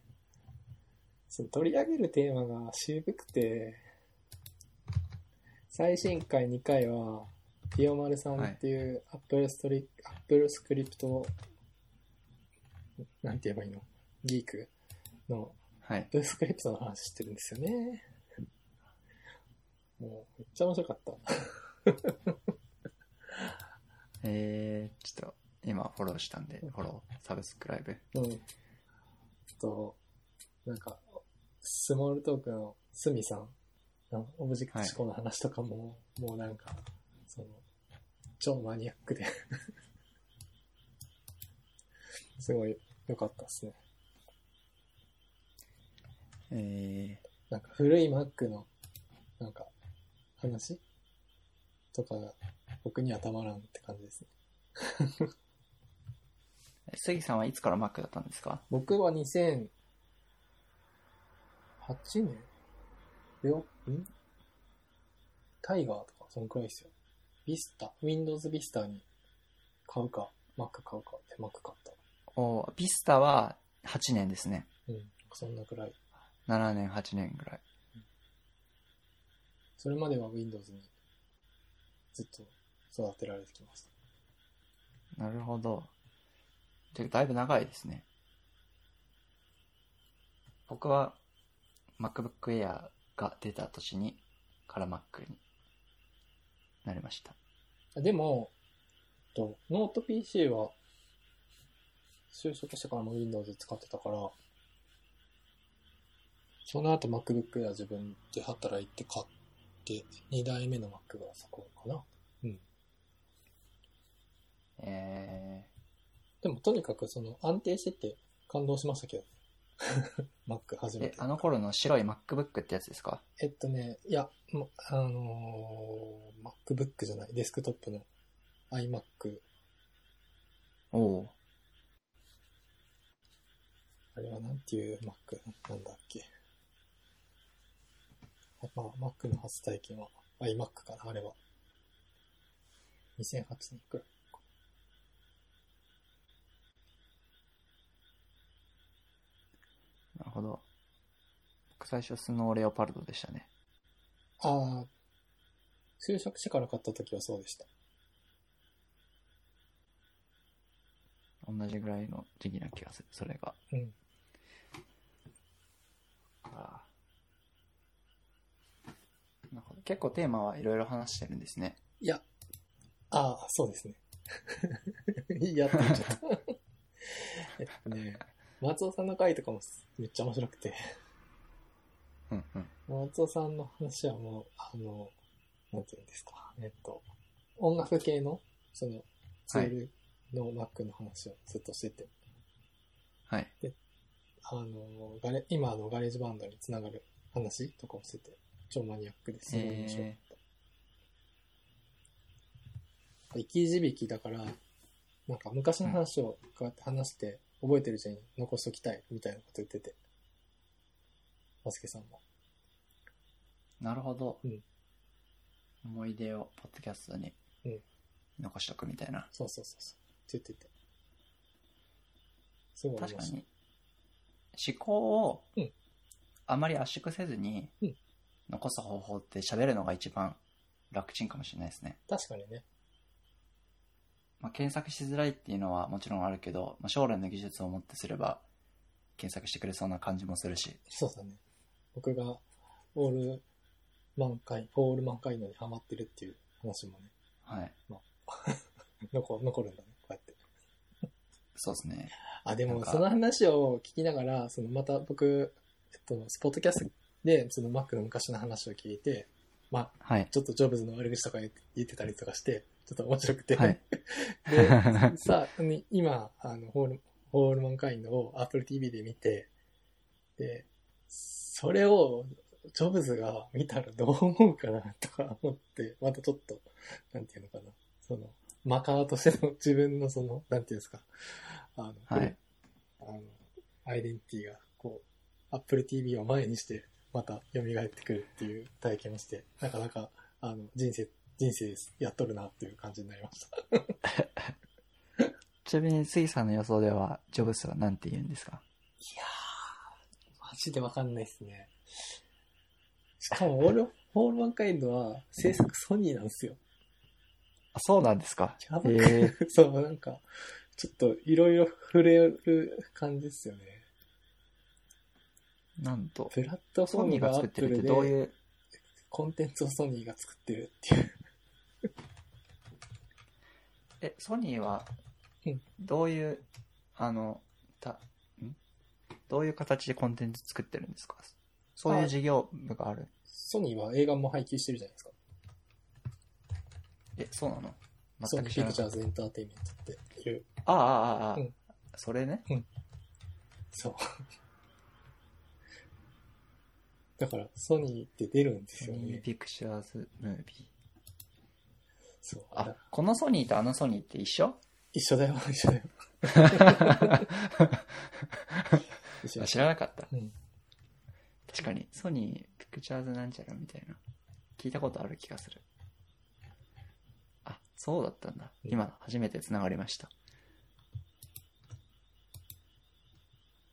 B: その取り上げるテーマが渋くて、最新回2回は、ピオマルさんっていうアップルストリ、アップルスクリプト、なんて言えばいいのギークの
A: [laughs] はい
B: アッ。プルスクリプトの話してるんですよね。もう、めっちゃ面白かった。
A: えー、ちょっと今フォローしたんで、フォロー、サブスクライブ。
B: うん。と、なんか、スモールトークのスミさんのオブジェクト思考の話とかも、もうなんか、その、超マニアックで。すごい良かったですね。
A: え
B: なんか古い Mac の、なんか、話とかが僕にはたまらんって感じですね。
A: ー、杉さんはいつから Mac だったんですか
B: 僕は2008年よ、んタイガーとか、そんくらいですよ。ビスタ、Windows ビスタに買うか、Mac 買うかで Mac 買った。
A: おー、Vista は8年ですね。
B: うん、そんなくらい。
A: 7年、8年ぐらい。
B: それまでは Windows にずっと育てられてきました。
A: なるほど。でだいぶ長いですね。僕は MacBook Air が出た年にから Mac になりました。
B: でも、とノート PC は、就職してからも Windows 使ってたから、その後 MacBook Air 自分で働いて買って、2代目の Mac がそこかな。
A: え
B: でもとにかくその安定してて感動しましたけど、Mac 初
A: ー、
B: め
A: え
B: て、。
A: あの頃の白い MacBook ってやつですか
B: えっとね、いや、もうあのー MacBook じゃない、デスクトップの iMac
A: おお
B: あれはなんていう Mac なんだっけ。あまあ、Mac の初体験は iMac かな、あれは。2008年くらい。
A: ー、なるほど。僕最初スノーレオパルドでしたね。
B: ああ、就職してから買った時はそうでした。
A: 同じぐらいの時期な気がする、それが。
B: うん。
A: あーなるほど結構テーマはいろいろ話してるんですね。
B: いや、ああ、そうですね。 [laughs] いやって言っちゃった。えっとね、 [laughs] 松尾さんの回とかもめっちゃ面白くて、
A: うんうん。
B: 松尾さんの話はもう、あの、なんていうんですか、えっと、音楽系の、その、ツールの Mac の話をずっとしてて、
A: はい。
B: あの、ガレ、今のガレージバンドにつながる話とかをしてて、超マニアックです。すごい面白かった。生き字引だから、なんか昔の話をこうやって話して、覚えてるうちに残しときたいみたいなこと言ってて、バスケさんも。
A: なるほど、
B: うん
A: 思い出をポッドキャストに
B: うん
A: 残しとくみたいな、
B: そうそうそうそう。って言ってて。すごい面
A: 確
B: 白
A: か
B: い。
A: に思考を
B: うん
A: あまり圧縮せずに
B: うん
A: 残す方法って喋るのが一番楽ちんかもしれないですね、
B: 確かにね。
A: まあ、検索しづらいっていうのはもちろんあるけど、まあ、将来の技術をもってすれば検索してくれそうな感じもするし。
B: そうだね。僕がオール満開、オール満開のにハマってるっていう話もね、
A: はい。
B: 残残るんだね、こうやって。
A: そうですね。
B: あ、で
A: なん
B: も
A: か
B: その話を聞きながら、そのまた僕、えっと、スポットキャストで、その Mac の昔の話を聞いて、まあ、
A: はい。
B: ちょっとジョブズの悪口とか言って言ってたりとかして、ちょっと面白くて、
A: はい。 [laughs]
B: で、さ、に今、あの、ホール、ホールマンカインドを Apple TV で見て、で、それを、ジョブズが見たらどう思うかなとか思って、またちょっと、なんていうのかな、その、マカーとしての自分のその、なんていうんですか、あの、
A: はい。
B: あの、アイデンティティが、こう、Apple TV を前にして、また蘇ってくるっていう体験をして、なかなか、あの、人生、人生やっとるなっていう感じになりました。
A: ちなみに、杉さんの予想では、ジョブスは何て言うんですか
B: いやー、マジでわかんないですね。しか [laughs] も、オール、ホールマンカインドは制作ソニーなんですよ。
A: あ、そうなんですか。
B: やば
A: ええ
B: く [laughs] そう、なんか、ちょっといろいろ触れる感じですよね。
A: なん [laughs] と。
B: プラットフォ
A: ソ
B: ー
A: ニー
B: ムが
A: が
B: ア
A: 作
B: ッ
A: って
B: プ
A: るっ
B: ル
A: てどう
B: で、
A: いう、
B: コンテンツをソニーが作ってるっていう。
A: え、ソニーは
B: うん、
A: どういう、あの、た、んどういう形でコンテンツ作ってるんですかそういう事業部がある。
B: ソニーは映画も配給してるじゃないですか。
A: え、そうなの
B: ソ
A: 全く
B: ニー
A: 知
B: ピ
A: らなかっ
B: クチャーズエンターテインメントっていう。
A: た。ああ、ああ、ああ、
B: うん
A: それね。
B: そう。 [laughs] だから、ソニーって出るんです
A: ソ
B: よ
A: ニ
B: ね
A: ー。ピクチャーズムービー。
B: そう。
A: あ、このソニーとあのソニーって一
B: [laughs]
A: 緒
B: 一緒だよ、一緒だよ。一緒
A: 知らなかった。
B: うん。
A: 確かに、ソニーピクチャーズなんちゃらみたいな。聞いたことある気がする。あ、そうだったんだ。
B: うん
A: 今、初めて繋がりました。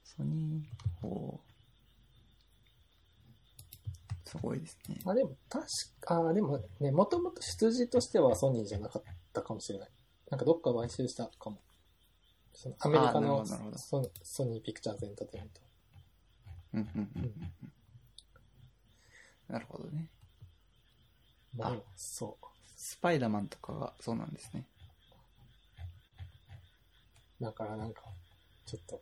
A: ソニー、ほう。すごいですね。
B: まあでも、確か、あでもね、もともと出自としてはソニーじゃなかったかもしれない。なんかどっか買収したかも。そのアメリカ
A: あ
B: の
A: ーなるほどなるほど
B: ソソニーピクチャーズエンターテインメント。
A: うんうんうんうんうん。なるほどね。
B: まあ
A: あ
B: でも、そ
A: スパイダーマンとかがそうなんですね。
B: う。だからなんか、ちょっと、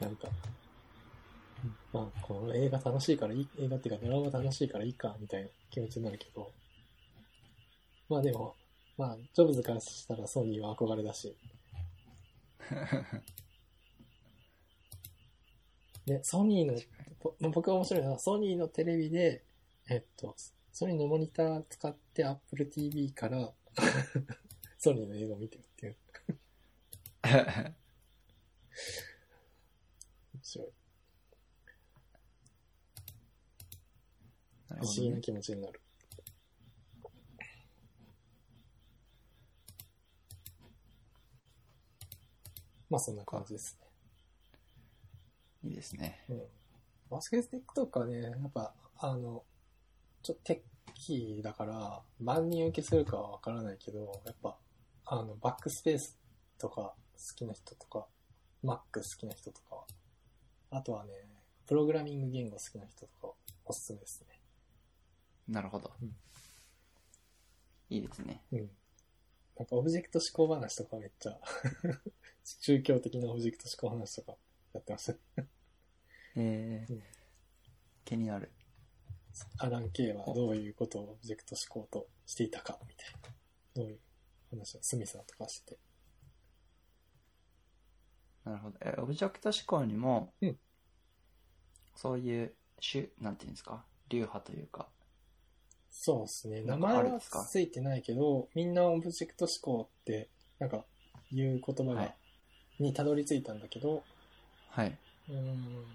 B: なんか、まあ、この映画楽しいからいい、映画っていうかドラマ楽しいからいいか、みたいな気持ちになるけど、まあでも、まあ、ジョブズからしたらソニーは憧れだし、で、ソニーの
A: 確かに
B: ぼ僕が面白いのは、ソニーのテレビで、えっと、ソニーのモニター使って Apple TV から [laughs] ソニーの映画を見てるっていう。面白い。
A: なるほ
B: 不思
A: ど
B: 議
A: ね
B: な気持ちになる。まあそんな感じですね。
A: いいですね。
B: うん。バスケスティックとかね、やっぱ、あの、ちょっとテッキーだから、万人受けするかはわからないけど、やっぱ、あの、バックスペースとか好きな人とか、Mac 好きな人とかは、あとはね、プログラミング言語好きな人とかはおすすめですね。
A: なるほど
B: うん。
A: いいですね。
B: うん。なんかオブジェクト思考話とかめっちゃ、 [laughs] 宗教的なオブジェクト思考話とかやってましたね。
A: え
B: うん
A: ー、気になる。
B: アラン・ケイはどういうことをオブジェクト思考としていたか、みたいな。どういう話をスミさんとかしてて。
A: なるほど。え、オブジェクト思考にも、
B: うん
A: そういう、種、なんていうんですか、流派というか、
B: そうですね。
A: な
B: 名
A: んかあ
B: 前
A: るん
B: は
A: ですか
B: ついてないけど、みんなオブジェクト思考って、なんか、いう言葉が、
A: はい
B: にたどり着いたんだけど、
A: はい。
B: うーん、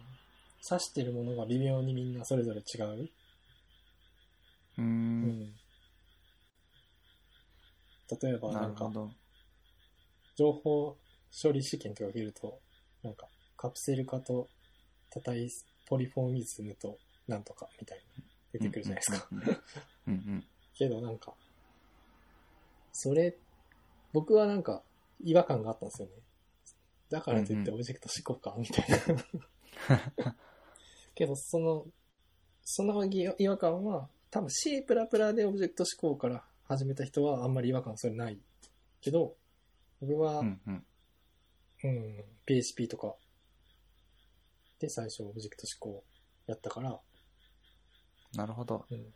B: 指してるものが微妙にみんなそれぞれ違う。
A: うー、
B: うんん。例えば、
A: な
B: な
A: る
B: んか
A: ほ、ど。
B: 情報処理試験とか受けると、なんか、カプセル化と多体ポリフォーミズムとなんとかみたいな出てくるじゃないですか。
A: うんうんうん。うん
B: けどなんか、それ、僕はなんか違和感があったんですよね。だからといって
A: うん
B: オブジェクト思考か、みたいな。 [laughs] けど、その、その違違和感は、多分 C++ でオブジェクト思考から始めた人はあんまり違和感それないけど、僕は、
A: うんうん。
B: うん、PHP とかで最初オブジェクト思考やったから、
A: なるほど。
B: うん、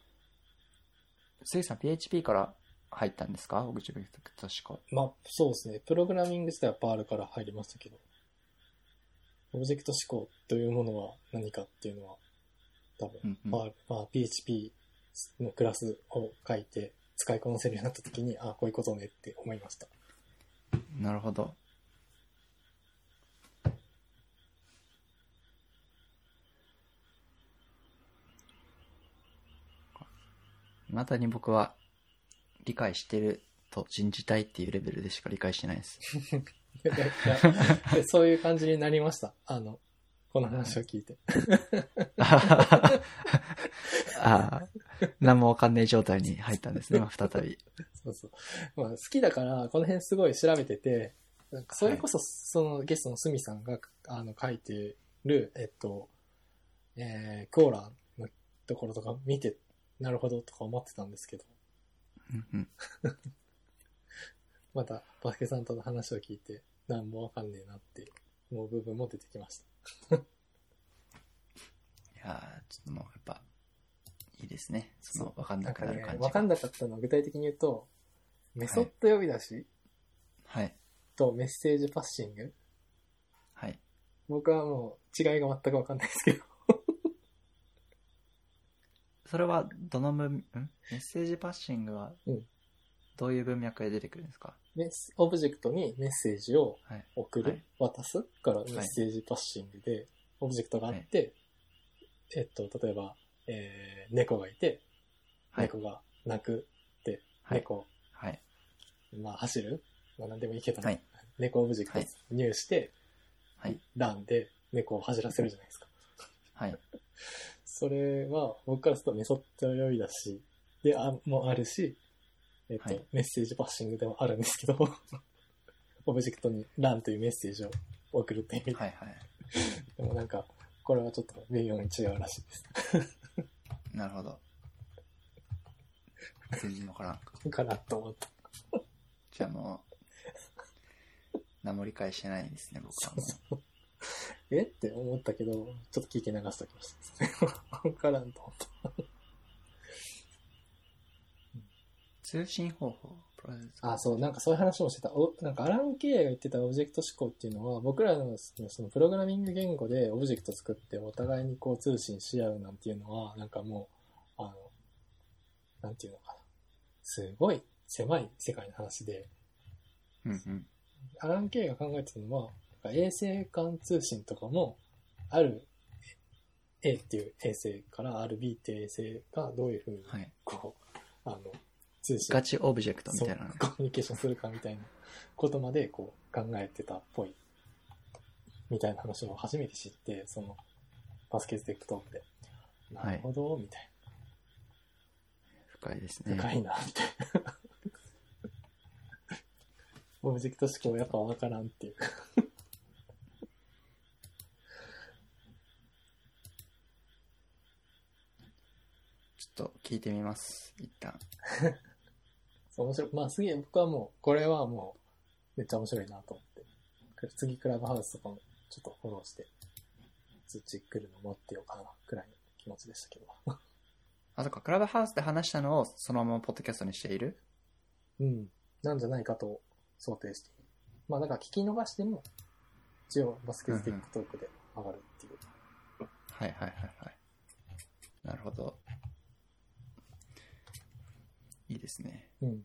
A: スイさん PHP から入ったんですかオブジェクト思考。
B: まあそうですね、プログラミング自体はパールから入りましたけど、オブジェクト思考というものは何かっていうのは、多分、
A: うんうん
B: パール、まあ PHP のクラスを書いて使いこなせるようになった時に、ああ、こういうことねって思いました。 [laughs]
A: なるほど。まだに僕は理解してると信じたいっていうレベルでしか理解してないです。
B: いやいやでそういう感じになりました。あの、この話を聞いて。
A: ああ、何もわかんない状態に入ったんですね、まあ再び。
B: そうそう。まあ、好きだから、この辺すごい調べてて、なんかそれこそ、そのゲストのスミさんが、あの、書いてる、えっと、えー、クオーラーのところとか見て、なるほどとか思ってたんですけど、
A: うんうん
B: また、バスケさんとの話を聞いて、なんもわかんねえなって思う部分も出てきました。
A: いやーちょっともうやっぱ、いいですね。その、わかんなくなる感じが。
B: わかんなかったのは具体的に言うと、メソッド呼び出し
A: はい。
B: とメッセージパッシング、
A: はい。
B: 僕はもう違いが全くわかんないですけど、
A: それは、どの文、んメッセージパッシングは
B: うん、
A: どういう文脈で出てくるんですか、
B: メスオブジェクトにメッセージを
A: はい。
B: 送る、
A: はい
B: 渡すからメッセージパッシングで、オブジェクトがあって、えっと、例えば、えー、猫がいて、
A: はい
B: 猫が鳴くって、
A: はい
B: 猫、
A: はい。
B: まあ走る、まあ何でもいいけど、
A: はい
B: 猫オブジェクト
A: はい
B: 入して、
A: はい。
B: ランで猫を走らせるじゃないですか。
A: はい。
B: それは、僕からするとメソッド呼び出しであもあるし、えっと、
A: はい
B: メッセージパッシングでもあるんですけど、 [laughs] オブジェクトに LAN というメッセージを送るっていう意味で、
A: はい。はい。
B: でもなんか、これはちょっと微妙に違うらしいです。
A: なるほど。全然わからん。
B: かなと思って。
A: じゃあもう、何も理解してないですね、僕はもう。
B: えって思ったけど、ちょっと聞き流しときました。 [laughs] わからんと思った。
A: 通信方法、プロセス。
B: あ、そう、なんかそういう話もしてた。おなんかアラン・ケイが言ってたオブジェクト思考っていうのは、僕らのそのプログラミング言語でオブジェクト作ってお互いにこう通信し合うなんていうのは、なんかもう、あの、なんていうのかな。すごい狭い世界の話で、
A: うんうん。
B: アラン・ケイが考えてたのは、なんか衛星間通信とかも、ある A っていう衛星から RB っていう衛星がどういうふうに、
A: はい。
B: こう、あの、通信
A: ガチオブジェクトみ
B: そ
A: た
B: う
A: いなの
B: コミュニケーションするかみたいなことまでこう考えてたっぽいみたいな話を初めて知ってそのバスケステックトークで
A: はい
B: なるほどみたい
A: 深いです
B: な、
A: ね。
B: 深いなってオブジェクト思考やっぱわからんっていう
A: ちょっと聞いてみます、一旦。
B: そう面白いまあすげえ僕はもうこれはもうめっちゃ面白いなと思って次クラブハウスとかもちょっとフォローして通知来るの持ってようかなくらいの気持ちでしたけど
A: あ、そっか、クラブハウスで話したのをそのままポッドキャストにしている
B: うん、なんじゃないかと想定している。まあだから聞き逃しても、一応バスケスティックトークで上がるっていう。
A: はいはいはいはい。なるほど。いいですね。
B: うん。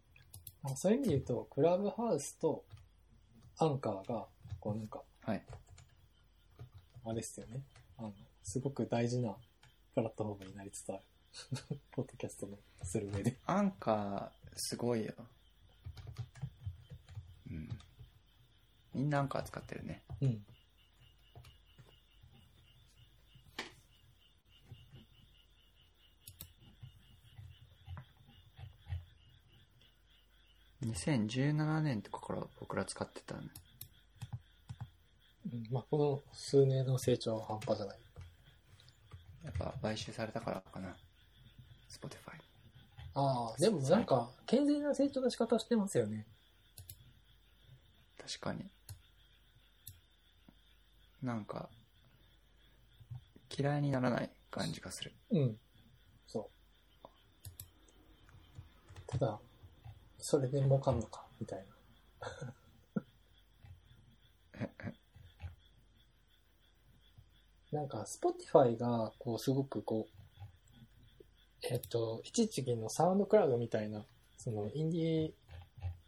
B: あそういう意味で言うと、クラブハウスとアンカーが、こうなんか、
A: はい。
B: あれですよね。あの、すごく大事なプラットフォームになりつつある。 [laughs] ポッドキャストのする上で。
A: アンカー、すごいよ。うん。みんなアンカー使ってるね。
B: うん。
A: 2017年とかから僕ら使ってたね。
B: うんまあ、この数年の成長は半端じゃない。
A: やっぱ買収されたからかな。Spotify。
B: ああ、でもなんか、健全な成長の仕方をしてますよね。
A: 確かに。なんか、嫌いにならない感じがする。
B: うん。そう。ただ、それで儲かんのか、みたいな。なんか、Spotify が、こう、すごくこう、えっと、一時期のサウンドクラウドみたいな、その、インディー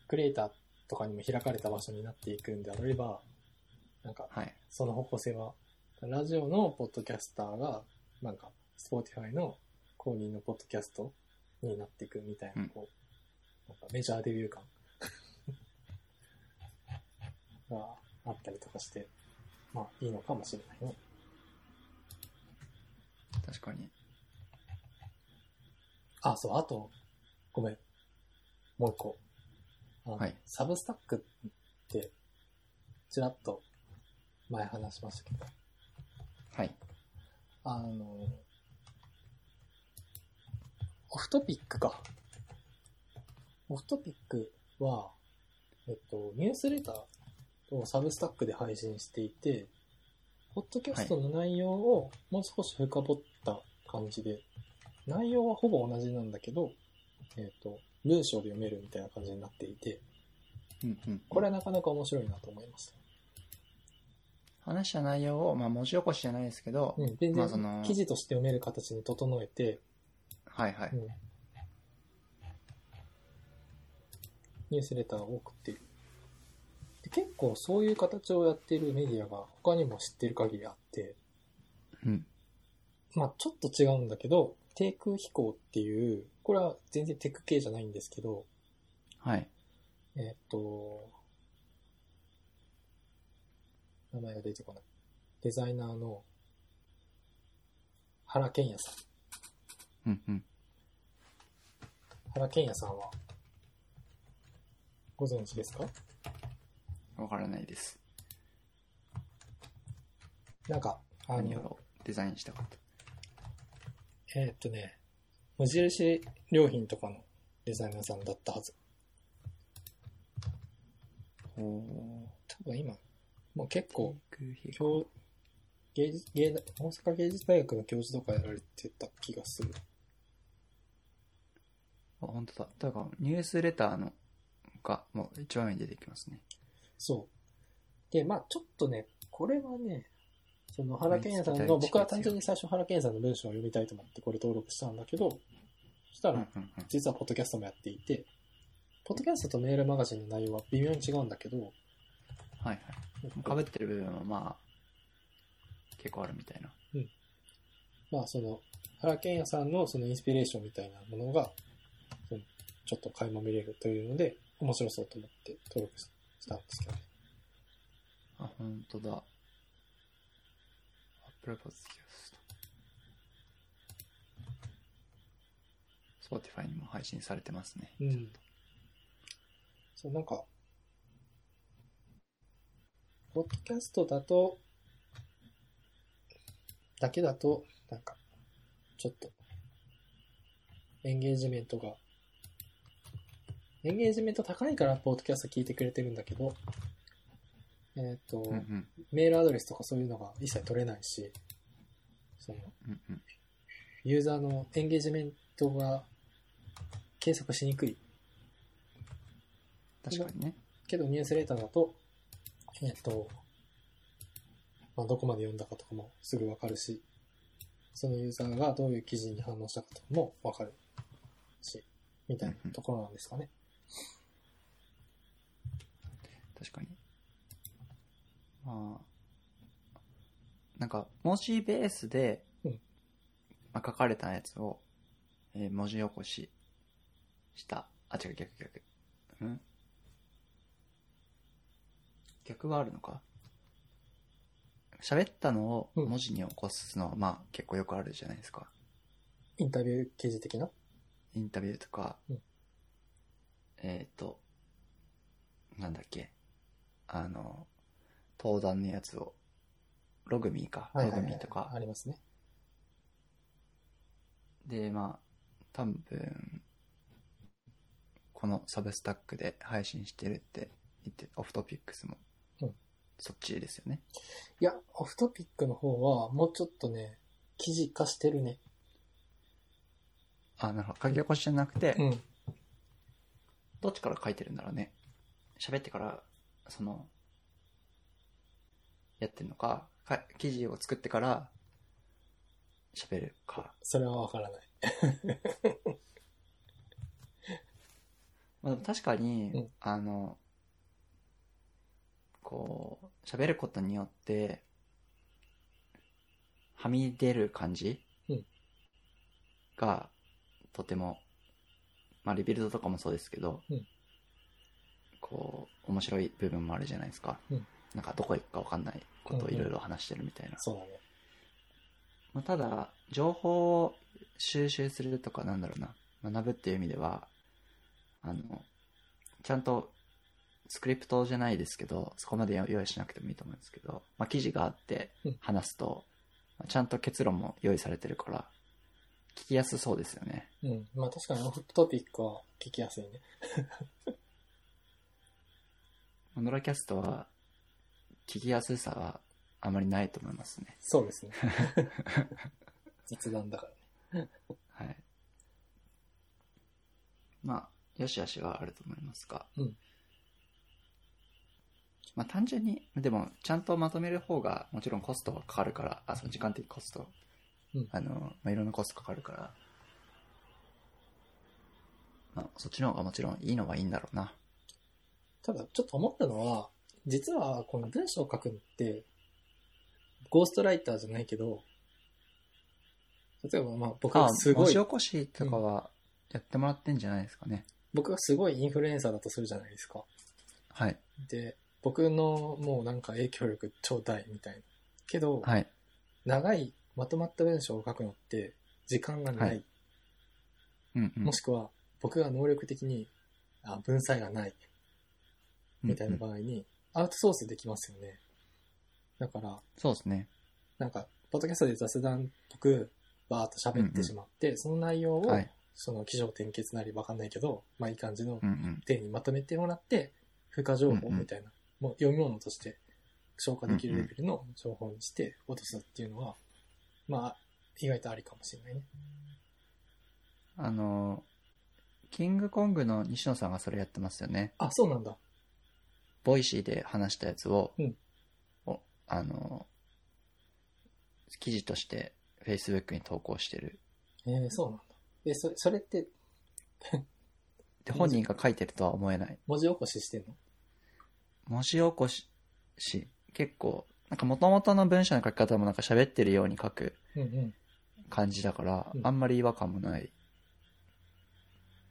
B: クリエイターとかにも開かれた場所になっていくんであれば、なんか、
A: はい。
B: その方向性は、ラジオのポッドキャスターが、なんか、Spotify の公認のポッドキャストになっていくみたいな、
A: うん
B: こう、なんかメジャーデビュー感があったりとかして、まあ、いいのかもしれないね。
A: 確かに。
B: あ、そう、あと、ごめん。もう一個。あの
A: はい
B: サブスタックって、ちらっと前話しましたけど、
A: はい。
B: あの、オフトピックか。オフトピックは、えっと、ニュースレターをサブスタックで配信していて、ポッドキャストの内容をもう少し深掘った感じで、内容はほぼ同じなんだけど、えっと、文章で読めるみたいな感じになっていて、
A: うんうん。
B: これはなかなか面白いなと思いました。
A: 話した内容を、まあ文字起こしじゃないですけど、
B: うん、全
A: まあその
B: 然記事として読める形に整えて、
A: はいはい。
B: うんニュースレターを送ってる。で結構そういう形をやってるメディアが他にも知ってる限りあって、
A: うん。
B: まあちょっと違うんだけど、低空飛行っていう、これは全然テク系じゃないんですけど、
A: はい。
B: えーっと、名前が出てこない。デザイナーの原健也さん。
A: うんうん。
B: 原健也さんは、ご存知ですか
A: わからないです。
B: なんか、あ
A: 何
B: の、
A: をデザインしたこと。
B: えーっとね、無印良品とかのデザイナーさんだったはず。
A: ほ
B: 多分今、もう結
A: ー。
B: 構、
A: 低空飛行
B: 教芸術芸大大阪芸術大学の教授とかやられてた気がする。
A: あ、本当だ。だから、ニュースレターのが、もう一番上に出てきますね。
B: そう。で、まあちょっとね、これはね、その原健也さん
A: 毎
B: の、
A: 月第一
B: 僕は単純に最初原健也さんの文章を読みたいと思ってこれ登録したんだけど、そした
A: うんう
B: ら
A: ん、うん。
B: 実はポッドキャストもやっていて、ポッドキャストとメールマガジンの内容は微妙に違うんだけど、
A: はいはい。かぶってる部分はまあ、結構あるみたいな。
B: まあその、原健也さんのそのインスピレーションみたいなものが、そのちょっと垣間見れるというので、面白そうと思って登録したんですけどね。
A: あ、本当だ。アップルポッドキャスト。Spotify にも配信されてますね。
B: うん。そう、なんか、ポッドキャストだと、だけだと、なんか、ちょっと、エンゲージメントが、エンゲージメント高いから、ポッドキャスト聞いてくれてるんだけど、えっ、と、
A: うんうん。
B: メールアドレスとかそういうのが一切取れないし、その、
A: うんうん。
B: ユーザーのエンゲージメントが計測しにくい
A: 確かにね。
B: けどニュースレターだと、えっと、まあ、どこまで読んだかとかもすぐわかるし、そのユーザーがどういう記事に反応したかとかもわかるし、みたいなところなんですかね。
A: 確かに。まあ、なんか、文字ベースで、
B: うん
A: まあ、書かれたやつを、えー文字起こしした。あ、違う、逆、逆。うん逆はあるのか喋ったのを
B: うん
A: 文字に起こすのは、まあ、結構よくあるじゃないですか。
B: インタビュー記事的な。
A: インタビューとか、
B: うん
A: えっ、と、なんだっけ、あの、登壇のやつを、ログミーか、
B: はい
A: ロ
B: は
A: グ
B: い
A: ミ
B: は
A: ー
B: い
A: とか
B: あ、りますね。
A: で、まあ、多分、このサブスタックで配信してるって言って、オフトピックスも
B: うん、
A: そっちですよね。
B: いや、オフトピックの方は、もうちょっとね、記事化してるね。
A: あ、なるほど。書き起こしじゃなくて、
B: うん。
A: どっちから書いてるんだろうね。喋ってから、その、やってるのか、か記事を作ってから、喋るか。
B: それはわからない。
A: まあ、でも確かに、
B: うん
A: あの、こう、喋ることによって、はみ出る感じ
B: うん
A: が、とても、まあ、リビルドとかもそうですけど、
B: うん
A: こう、面白い部分もあるじゃないですか。
B: うん
A: なんか、どこ行くかわかんないことをいろいろ話してるみたいな。
B: そうだね。
A: まあ、ただ、情報を収集するとか、なんだろうな、学ぶっていう意味では、あの、ちゃんと、スクリプトじゃないですけど、そこまで用意しなくてもいいと思うんですけど、まあ、記事があって
B: うん
A: 話すと、まあちゃんと結論も用意されてるから、聞きやすそうですよね。
B: うん。まあ確かにオフトピックは聞きやすいね。
A: ノラキャストは、聞きやすさはあまりないと思いますね。
B: そうですね。 [laughs] 雑談だからね。
A: はい。まあ、よしあしはあると思いますが。
B: うん
A: まあ単純に、でも、ちゃんとまとめる方が、もちろんコストがかかるから、あ、その時間的コスト。
B: うん
A: あの、まあいろんなコストかかるから、まあそっちの方がもちろんいいのはいいんだろうな。
B: ただ、ちょっと思ったのは、実はこの文章を書くのって、ゴーストライターじゃないけど、例えばまあ僕
A: あ
B: が、すご
A: 文
B: い
A: 字、起こしとかは、やってもらってんじゃないですかね。
B: 僕がすごいインフルエンサーだとするじゃないですか。
A: はい。
B: で、僕のもうなんか影響力超大みたいな。けど、
A: はい。
B: 長いまとまった文章を書くのって時間がない。
A: はいうん、うん。
B: もしくは僕が能力的にあ文才がないみたいな
A: うんうん
B: 場合にアウトソースできますよね。だから、
A: そうですね。
B: なんか、ポッドキャストで雑談っぽく、バーっと喋ってしまって、その内容を、
A: はい。
B: その、起承転結なりわかんないけど、まあいい感じの
A: うんうん。
B: 手にまとめてもらって、付加情報みたいな、もう読み物として消化できるレベルの情報にして落とすっていうのは、まあ、意外とありかもしれないね。
A: あの、キングコングの西野さんがそれやってますよね。
B: あ、そうなんだ。
A: ボイシーで話したやつを、
B: うん
A: おあの、記事として Facebook に投稿してる。
B: えー、そうなんだ。え、そそれって
A: で、本人が書いてるとは思えない。
B: 文字起こししてんの
A: 文字起こし、し結構、なんか元々の文章の書き方もなんか喋ってるように書く
B: うんうん。
A: 感じだから、
B: うん
A: あんまり違和感もない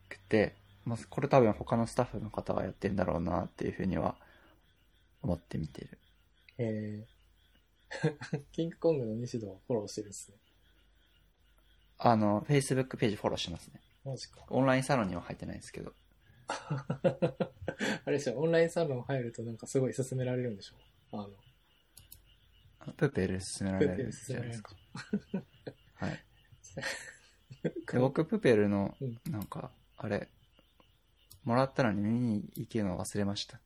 A: くて、まあ、これ多分他のスタッフの方がやってんだろうなっていうふうには思って見てる。
B: えー、 [laughs] キングコングの西戸をフォローしてるんですね。
A: あの、Facebook ページフォローしますね。
B: マジか。
A: オンラインサロンには入ってないですけど。
B: [laughs] あれでしょ、オンラインサロン入るとなんかすごい勧められるんでしょあの、
A: プーペル勧めら
B: プ
A: れ
B: ーペル
A: る
B: 勧
A: じ
B: め
A: ゃ
B: ら
A: ないで
B: れる
A: すか。
B: [laughs]
A: はい。
B: か
A: で、僕、プーペルの
B: うん、
A: なんか、あれ、もらったのに見に行けるの忘れました。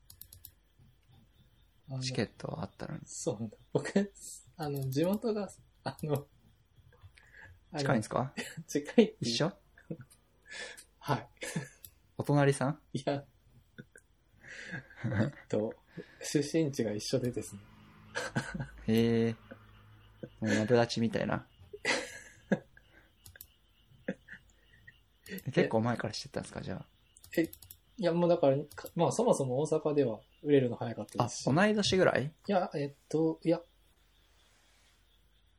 B: あの
A: チケットはあったのに。
B: そうなんだ。僕、あの、地元が、あの、あれ
A: 近いんですか
B: 近いっていう
A: 一緒
B: は
A: お隣さん
B: い。い
A: [laughs]
B: や、えっと、出身地が一緒でですね。
A: へえ。もうマブダチみたい [laughs] な。結構前から知ってたんですかじゃ
B: いや、もうだから、かまあそもそも大阪では売れるの早かった
A: あ。
B: で
A: あ
B: す、し。い
A: 同い年ぐらい
B: や、えっと、いや、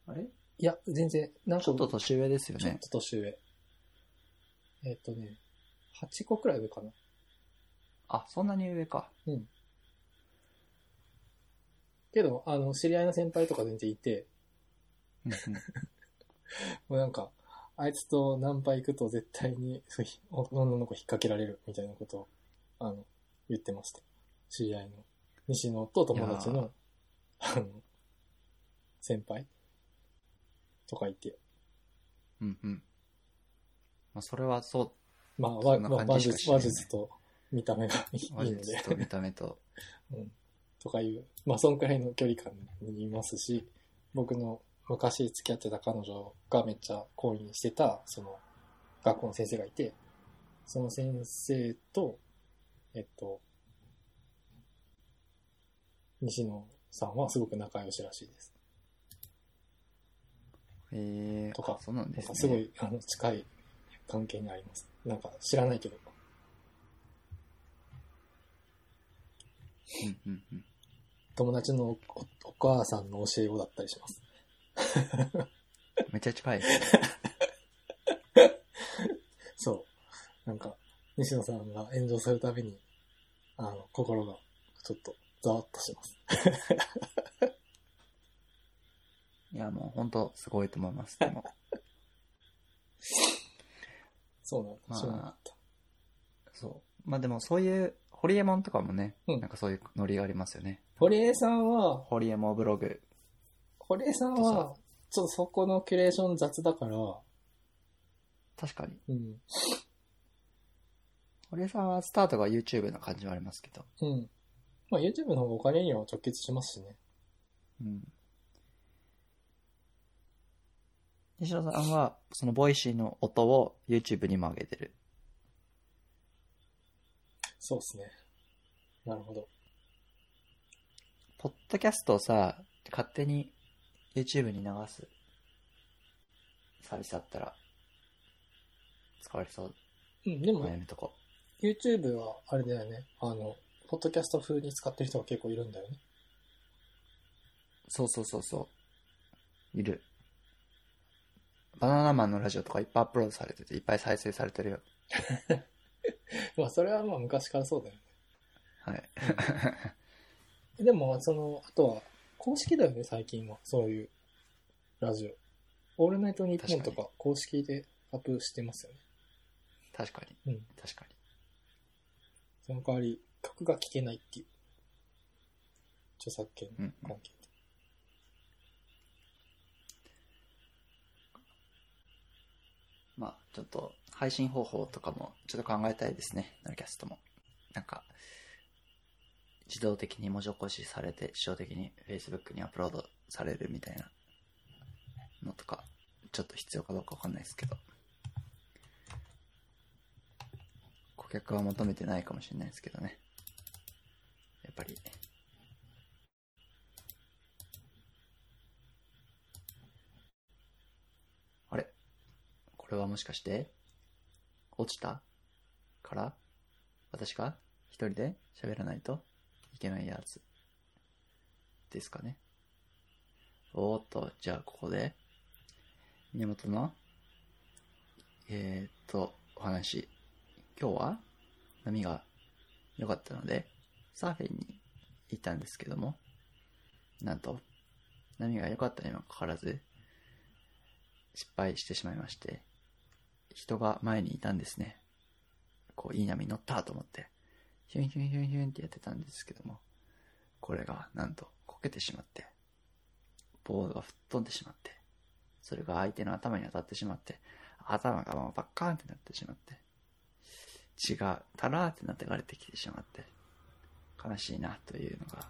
A: あれ
B: いや、全然、なんか、
A: ちょっと年上ですよ
B: ちょっ
A: ね。
B: と年上。えっとね、8個くらい上かな。
A: あ、そんなに上か。
B: けど、あの、知り合いの先輩とか全然いて、
A: うんうん
B: もうなんか、あいつとナンパ行くと絶対に、そうひ女の子引っ掛けられるみたいなことを、あの、言ってました。知り合いの。西野と友達
A: いや
B: のあの、先輩とかいて、
A: うんうん。まあ、それはそう、
B: まあ、
A: そ
B: わ
A: んな
B: まあ、
A: 感
B: 話
A: じしかしない
B: 術、話
A: ね
B: 術と見た目がいい
A: 話
B: ので
A: 術、と見た目と。
B: うん、とかいう、まあ、そんくらいの距離感にいますし、僕の昔付き合ってた彼女がめっちゃ懇意にしてた、その、学校の先生がいて、その先生と、えっと、西野さんはすごく仲良しらしいです。
A: えー、
B: とか
A: あそうなん
B: な
A: で
B: ん
A: す
B: か
A: ね。
B: すごい、あの、近い関係にあります。なんか知らないけど。
A: うんうんうん。
B: 友達のおおお母さんの教え子だったりします。
A: めっちゃ近いですね。
B: そう。なんか、西野さんが炎上するたびに、あの、心がちょっとざわっとします。
A: いや、もう本当すごいと思います。でも、
B: そうなの
A: まあ
B: 知らなかった。
A: そう。まあでもそういう、ホリエモンとかもね、
B: うん
A: なんかそういうノリがありますよね。
B: 堀江さんは、
A: ホリエモンブログ。
B: 堀江さん
A: そう
B: は、ちょっとそこのキュレーション雑だから、
A: 確かに。
B: うん。
A: ホリエさんはスタートが YouTube の感じはありますけど。
B: うん。まあ YouTube の方がお金には直結しますしね。
A: うん。西野さんは、そのボイシーの音を YouTube にも上げてる。
B: そうですね。なるほど。
A: ポッドキャストをさ、勝手に YouTube に流すサービスあったら、使われそう。
B: うん、でも、
A: 悩みとこ。
B: YouTube はあれだよね。あの、ポッドキャスト風に使ってる人が結構いるんだよね。 [laughs]
A: そうそうそうそう。いる。バナナマンのラジオとかいっぱいアップロードされてて、いっぱい再生されてるよ。
B: まあそれはまあ昔からそうだよね。
A: はい。
B: でも、その、あとは、公式だよね、最近は。そういう、ラジオ。オールナイトニッポンと
A: 確か
B: か、公式でアップしてますよね。
A: 確かに。
B: うん
A: 確かに。
B: その代わり、曲が聴けないっていう。著作権
A: うんうん
B: 関係で。
A: まあ、ちょっと配信方法とかもちょっと考えたいですね、ナルキャストも。なんか、自動的に文字起こしされて、自動的に Facebook にアップロードされるみたいなのとか、ちょっと必要かどうかわかんないですけど。顧客は求めてないかもしれないですけどね。やっぱり。あれこれはもしかして、落ちたから、私が一人で喋らないといけないやつですかね。おーっと、じゃあここで、源の、えー、っと、お話。今日は波が良かったので、サーフィンに行ったんですけども、なんと、波が良かったにもかかわらず、失敗してしまいまして、人が前にいたんですね。こう、いい波に乗ったと思って、ヒュンヒュンヒュンヒュンってやってたんですけども、これがなんとこけてしまって、ボードが吹っ飛んでしまって、それが相手の頭に当たってしまって、頭がもうバッカーンってなってしまって、血がタラーってなって流れてきてしまって、悲しいなというのが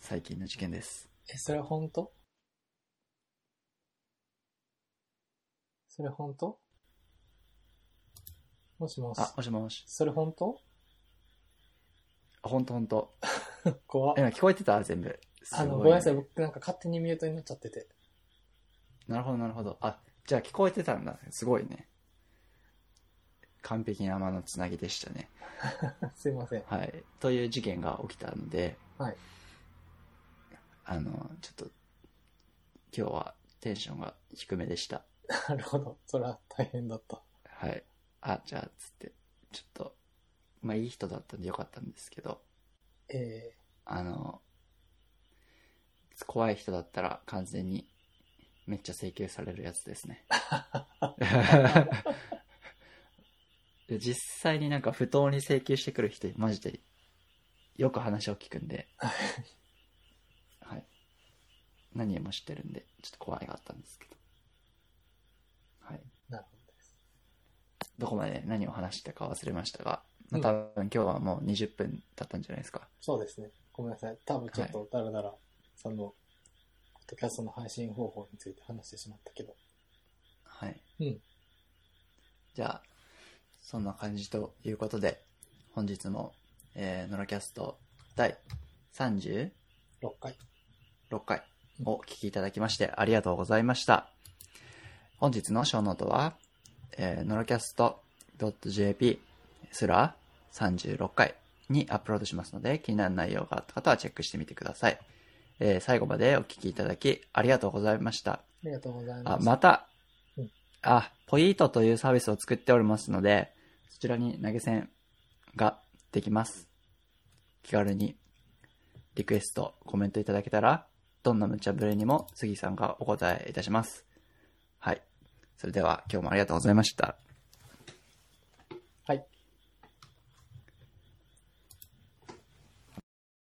A: 最近の事件です。
B: え、それ本当それ本当もしもし。
A: あ、もしもし。
B: それ本当
A: あほんとほんと。
B: 怖っ
A: 今聞こえてた全部。す
B: あの、ご
A: ご
B: め
A: い
B: ん
A: ね
B: なさい、僕なんか勝手にミュートになっちゃってて。 [laughs]
A: なるほど、なるほど。あ、じゃあ聞こえてたんだ。すごいね。完璧な間のつなぎでしたね。
B: すいません。
A: はい。という事件が起きたので、
B: はい
A: あの、ちょっと、今日はテンションが低めでした。
B: なるほど。それは大変だった。
A: はい。あ、じゃあ、つって、ちょっと、まあいい人だったんでよかったんですけど、
B: え
A: あの、怖い人だったら完全にめっちゃ請求されるやつです
B: [laughs]
A: ね。実際になんか不当に請求してくる人、マジでよく話を聞くんで。はい。何人も知ってるんで、ちょっと怖いがあったんですけど。はい。
B: なるほどです。
A: どこまで何を話したか忘れましたが、
B: う
A: まあ、
B: ん
A: 多分今日はもう20分経ったんじゃないですか。
B: そうですね。ごめんなさい。多分ちょっとダラダラさんの、ポッドキャストの配信方法について話してしまったけど。
A: はい。
B: うん。
A: じゃあ、そんな感じということで、本日も、えー、ノラキャスト第36
B: 6回。
A: 回をお聞きいただきましてありがとうございました。本日のショーノートは、えー、ノラキャスト .jp すら36回にアップロードしますので、気になる内容があった方はチェックしてみてください。えー、最後までお聞きいただきありがとうございました。
B: ありがとうございま
A: あ、
B: す。
A: また
B: うん、
A: あ、ポイートというサービスを作っておりますので、そちらに投げ銭ができます。気軽にリクエスト、コメントいただけたら、どんな無茶ぶりにも杉さんがお答えいたします。はい。それでは今日もありがとうございました。